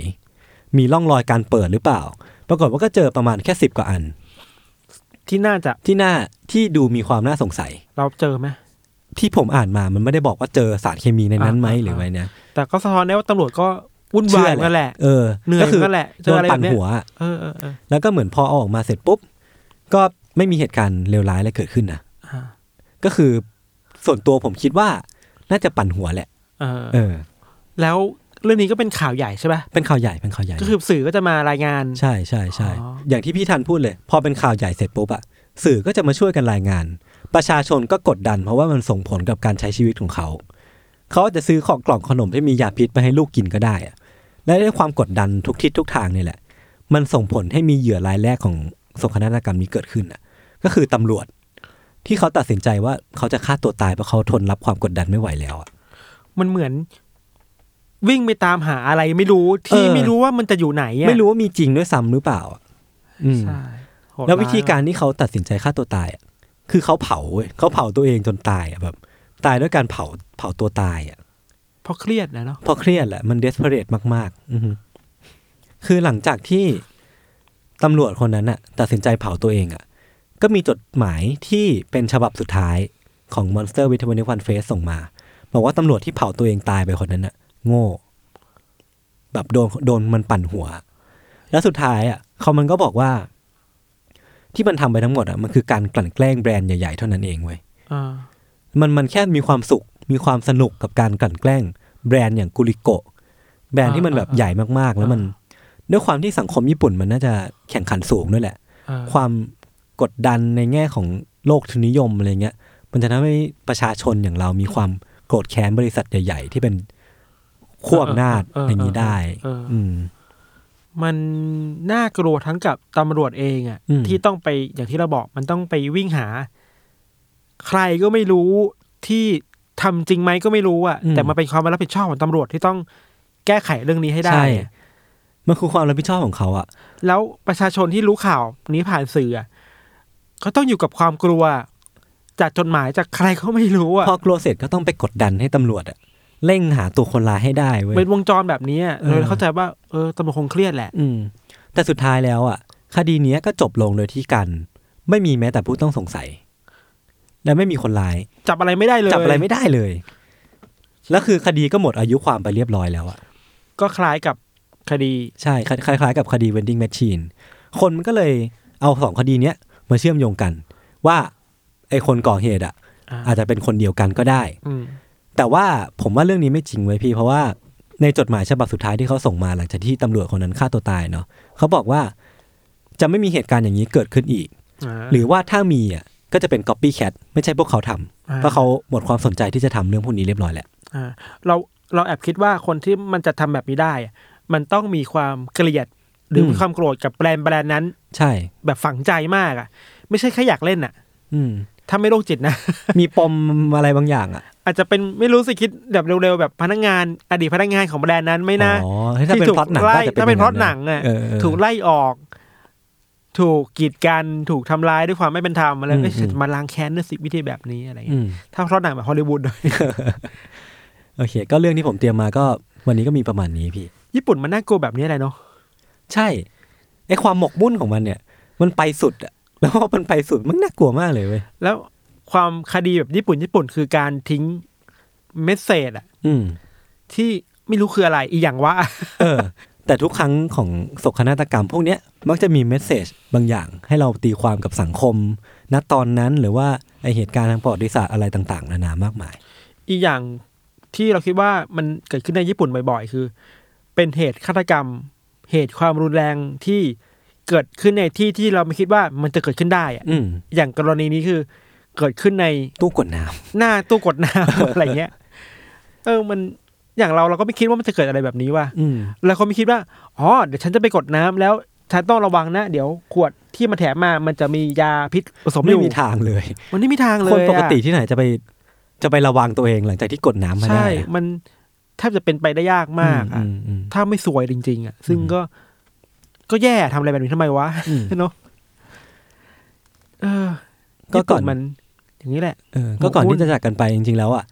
B: มีร่องรอยการเปิดหรือเปล่า ปรากฏว่าก็เจอประมาณแค่สิบกว่าอัน
C: ที่น่าจะ
B: ที่หน้าที่ดูมีความน่าสงสัย
C: เราเจอไหม
B: ที่ผมอ่านมามันไม่ได้บอกว่าเจอสารเคมีในนั้นไหม
C: อ่าอ่า
B: หรือไงเนี่ย
C: แต่ก็สะท้อนได้ว่าตำรวจก็วุ่นวายเหมือนกันแหละ
B: เออ
C: เหนื่อย
B: ก็คื
C: เหมือนกันแหละเจ
B: โด
C: อน อะไร
B: ปั่น
C: แบบเนี้ย
B: หัวอะ
C: เออเออเออ
B: แล้วก็เหมือนพอเอาออกมาเสร็จปุ๊บ ก็ไม่มีเหตุการณ์เลวร้ายอะไรเกิดขึ้นนะ
C: อ่า
B: ก็คือส่วนตัวผมคิดว่าน่าจะปั่นหัวแหละ
C: เออ
B: เออ
C: แล้วเรื่องนี้ก็เป็นข่าวใหญ่ใช่ป่ะ
B: เป็นข่าวใหญ่เป็นข่าวใหญ่
C: ก็คือสื่อก็จะมารายงาน
B: ใช่ใช่ใช่
C: อ๋อ
B: อย่างที่พี่ทันพูดเลย พอเป็นข่าวใหญ่เสร็จปุ๊บอะสื่อก็จะมาช่วยกันรายงาน ประชาชนก็กดดัน เพราะว่ามันส่งผลกับการใช้ชีวิตของเขา เขาอาจจะซื้อของกล่องขนมที่มียาพิษไปให้ลูกกินก็ได้อะและด้วยความกดดันทุกทิศทุกทางเนี่ยแหละ มันส่งผลให้มีเหยื่อรายแรกของโศกนาฏกรรมนี้เกิดขึ้นอะก็คือตำรวจ ที่เขาตัดสินใจว่าเขาจะฆ่าตัวตายเพราะเขาทนรับความกดดันไม่ไหวแล้วอะ
C: มันเหมือน วิ่งไปตามหาอะไรไม่รู้ที่
B: เออ
C: ไม่รู้ว่ามันจะอยู่ไหนอะ
B: ไม่รู้ว่ามีจริงด้วยซ้ำหรือเปล่าอะอืม
C: ใช่โหด
B: แล้ววิธีการที่เขาตัดสินใจฆ่าตัวตายอ่ะคือเขาเผาเว้ยเขาเผาตัวเองจนตายอ่ะแบบ ตายด้วยการเผาเผาตัวตายอ่ะ
C: เพราะเครียดนะเนาะ
B: เพราะเครียดแหละมันเดสเพรสมากๆ อือฮึคือหลังจากที่ตำรวจคนนั้นอ่ะ ตัดสินใจเผาตัวเองอ่ะ ก็มีจดหมายที่เป็นฉบับสุดท้ายของ Monster with 21 Face ส่งมา บอกว่าตำรวจที่เผาตัวเองตายไปคนนั้นอ่ะ โง่ แบบโดนโดนมันปั่นหัว แล้วสุดท้ายอ่ะเขามันก็บอกว่า ที่มันทำไปทั้งหมดอ่ะมันคือการกลั่นแกล้งแบรนด์ใหญ่ๆเท่านั้นเองเว้ย
C: อ่า
B: มันมันแค่มีความสุข มีความสนุกกับการกลั่นแกล้ง แบรนด์อย่างกุลิโกะแบรนด์ที่มันแบบใหญ่มากๆ แล้วมัน ด้วยความที่สังคมญี่ปุ่นมันน่าจะแข่งขันสูงด้วยแหละ
C: เออ
B: ความกดดันในแง่ของโลกทุนนิยมอะไรเงี้ย มันจะทำให้ประชาชนอย่างเรามีความโกรธแค้นบริษัทใหญ่ ๆ ที่เป็นขั้วอำนาจอย่างนี้ได้
C: เออเออ
B: อืม
C: มันน่ากลัวทั้งกับตำรวจเองอะ่ะ
B: อืม
C: ที่ต้องไปอย่างที่เราบอกมันต้องไปวิ่งหา ใครก็ไม่รู้ที่ทำจริงไหมก็ไม่รู้อะ่ะ แต่มันเป็นความรับผิดชอบของตำรวจที่ต้องแก้ไขเรื่องนี้ให้ได้
B: ใช่ มันคือความรับผิดชอบของเขาอะ
C: แล้วประชาชนที่รู้ข่าวนี้ผ่านสื่ออะเขาต้องอยู่กับความกลัว จากจดหมายจากใครก็ไม่รู้อะ
B: พอกลัวเสร็จก็ต้องไปกดดันให้ตำรวจอะเร่งหาตัวคนร้ายให้ได้เว้ย
C: เป็นวงจรแบบนี้อะ
B: เออ
C: เลยเข้าใจว่าเออตำรวจคงเครียดแหละ
B: อืมแต่สุดท้ายแล้วอ่ะ คดีเนี้ยก็จบลงโดยที่กัน ไม่มีแม้แต่ผู้ต้องสงสัย และไม่มีคนร้าย
C: จับอะไรไม่ได้เลย
B: จับอะไรไม่ได้เลย แล้วคือคดีก็หมดอายุความไปเรียบร้อยแล้วอ่ะ
C: ก็คล้ายกับคดี
B: ใช่คล้ายคล้ายๆกับคดี vending machine คนมันก็เลยเอาสองคดีเนี้ยมาเชื่อมโยงกัน ว่าไอ้คนก่อเหตุอ่ะ อาจจะเป็นคนเดียวกันก็ได้
C: อืม
B: แต่ว่าผมว่าเรื่องนี้ไม่จริงไว้ยพี่ เพราะว่าในจดหมายฉบับสุดท้ายที่เขาส่งมาหลังจากที่ตำรวจคนนั้นฆ่าตัวตายเนาะเขาบอกว่าจะไม่มีเหตุการณ์อย่างนี้เกิดขึ้นอีก
C: อ่า
B: หรือว่าถ้ามีอ่ะก็จะเป็น copycat ไม่ใช่พวกเขาทำ
C: อ่า
B: เพราะเขาหมดความสนใจที่จะทำเรื่องพวกนี้เรียบร้อยแล้ว
C: อ่าเราเราแอบคิดว่าคนที่มันจะทำแบบนี้ได้อะมันต้องมีความเกลียด หรืออ
B: ม
C: มีความโกรธกับแบรนด์แบรนด์นั้น
B: ใช่
C: แบบฝังใจมากอ่ะ ไม่ใช่แค่อยากเล่นอ่ะ
B: อื ม
C: ถ้าไม่โรคจิตนะ
B: มีปมอะไรบางอย่างอ่ะ
C: อาจจะเป็นไม่รู้สิคิดแบบเร็วๆแบบพนักงาน อดีตพนักงานของแบรนด์นั้นไม่นะ
B: อ๋อเฮ้ยถ้าเป็น
C: ถูก
B: พล็อตหนัง
C: ไล่
B: ก็จะ
C: ถ้าเป็นเพราะหนัง
B: ย่า
C: อ่ะ
B: เเ
C: ถูกไล่ออก ถูกกีดกันถูกทำร้ายด้วยความไม่เป็นธรรมอะไร
B: อืม
C: ก็จะ
B: อืม
C: มาล้างแค้นด้วยสิวิธีแบบนี้อะไรอย่าง
B: อืม
C: เงี้ย ถ้าเพราะหนังแบบฮอลลีวูดหน่อย
B: โอเค ก็เรื่องที่ผมเตรียมมาก็วันนี้ก็มีประมาณนี้พี่
C: ญี่ปุ่นมันน่ากลัวแบบนี้แหละเนาะ
B: ใช่ไอความหมกมุ่นของมันเนี่ย มันไปสุดอ่ะ แล้วพอมันไปสุดมันน่ากลัวมากเลยเว้ย
C: แล้วความคดีแบบญี่ปุ่นญี่ปุ่นคือการทิ้งเมสเซจอะ
B: อืม
C: ที่ไม่รู้คืออะไรอีอย่างว่า
B: เออ แต่ทุกครั้งของโศกนาฏกรรมพวกเนี้ยมักจะมีเมสเซจบางอย่างให้เราตีความกับสังคม ณตอนนั้นหรือว่าไอเหตุการณ์ทางประวัติศาสตร์อะไรต่างๆนานามากมาย
C: อีกอย่างที่เราคิดว่ามันเกิดขึ้นในญี่ปุ่นบ่อยๆ คือ เป็นเหตุฆาตกรรม เหตุความรุนแรงที่เกิดขึ้นในที่ที่เราไม่คิดว่ามันจะเกิดขึ้นได้อะ
B: อืม
C: อย่างกรณีนี้คือเกิดขึ้นใน
B: ตู้กดน้
C: หน้าตู้กดน้ำ อะไรเงี้ย เออมันอย่างเราเราก็ไม่คิดว่ามันจะเกิดอะไรแบบนี้ว่ะ
B: ำอืม
C: แล้วเขาไม่คิดว่าอ๋อเดี๋ยวฉันจะไปกดน้ำแล้วฉันต้องระวังนะเดี๋ยวขวดที่มันแถมมามันจะมียาพิษผสมอ
B: ไม่
C: ยู่
B: มีทางเลย
C: มันไม่มีทางเลย
B: คนปก
C: อะ
B: ติที่ไหนจะไปจะไประวังตัวเองหลังจากที่กดน้ำมาได้
C: ใช่ มันแทบจะเป็นไปได้ยากมาก
B: อื
C: อ่ะ
B: มอืม
C: ถ้าไม่สวยจริง ๆ อ่ะ ซึ่งก็ ก็แย่ทำอะไรแบบนี้ทำไมวะ
B: อืม
C: เนาะ เออ
B: ก็ก่อน
C: ญี่ปุ่มัน อย่างนี้แหละ
B: เออก็ก่อน
C: หมกมุ่
B: ที่
C: น
B: จะจากกันไปจริงๆแล้วอ่ะ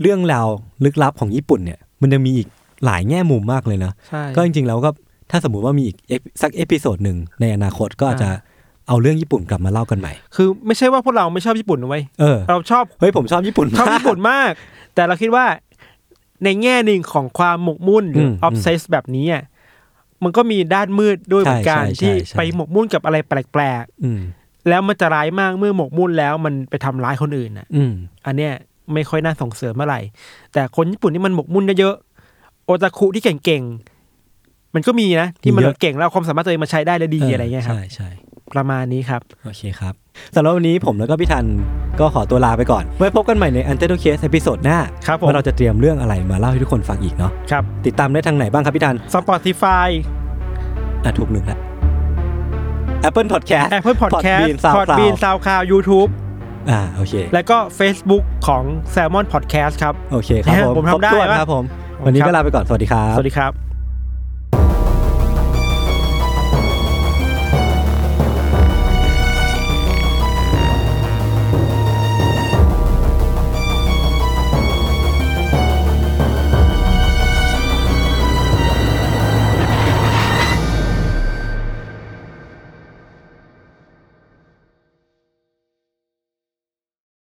B: เรื่องราวลึกลับของญี่ปุ่นเนี่ย มันยังมีอีกหลายแง่มุมมากเลยนะ
C: ใช่
B: ก็จริงๆแล้วก็ถ้าสมมุติว่ามีอีกเอพิสักเอพิโซดหนึ่งในอนาคตก็อาจจะเอาเรื่องญี่ปุ่นกลับมาเล่ากันใหม่
C: คือไม่ใช่ว่าพวกเราไม่ชอบญี่ปุ่นนะเว้ย
B: เออ
C: เราชอบ
B: เฮ้ยผมชอบญี่ปุ่น
C: ชอบ
B: มาก
C: ญี่ปุ่นมาก แต่เราคิดว่า ในแง่หนึ่งของความหมกมุ่นหรือ
B: ม
C: ออฟเซสแบบนี้อ่ะ มันก็มีด้านมืดด้วยเหมือนกัน
B: ใช่ใช่
C: ที่
B: ใช่ใช่
C: ไปหมกมุ่นกับอะไรแปลก
B: อืม
C: ๆ แล้วมันจะร้ายมากเมื่อหมกมุ่นแล้วมันไปทำร้ายคนอื่นอ่ะ
B: อืม
C: อันเนี้ยไม่ค่อยน่าส่งเสริมเมื่อไหร่ แต่คนญี่ปุ่นนี่มันหมกมุ่นเยอะๆโอตาคุที่เก่งๆ มันก็มีนะ ที่มันเก่งแล้วเอาความสามารถตัวเองมาใช้ได้และดีอะไรเงี้ยครับ
B: ใช่ใช่
C: ประมาณนี้ครับ
B: โอเคครับสำหรับวันนี้ผมแล้วก็พี่ทันก็ขอตัวลาไปก่อน ไว้พบกันใหม่ใน u n t e r t a l Case เอพิโซดหน้า
C: ครับผม
B: ว่าเราจะเตรียมเรื่องอะไรมาเล่าให้ทุกคนฟังอีกเนาะ
C: ครับ
B: ติดตามได้ทางไหนบ้างครับพี่ทัน
C: Spotify
B: อ่ะถูกหนึ่งละ Apple Podcast
C: Apple Podcast
B: Podbean SoundCloud
C: Podbean SoundCloud YouTube
B: อ่าโอเค
C: แล้วก็ Facebook ของ Salmon Podcast ครับ
B: โอเคครับผม
C: ผมทำได้
B: ครบถ้วน
C: วะ
B: ครับผม วันนี้
C: ครั
B: ก็
C: บ
B: ลาไปก่อนสวัสดีครับ
C: สวัสดีครับ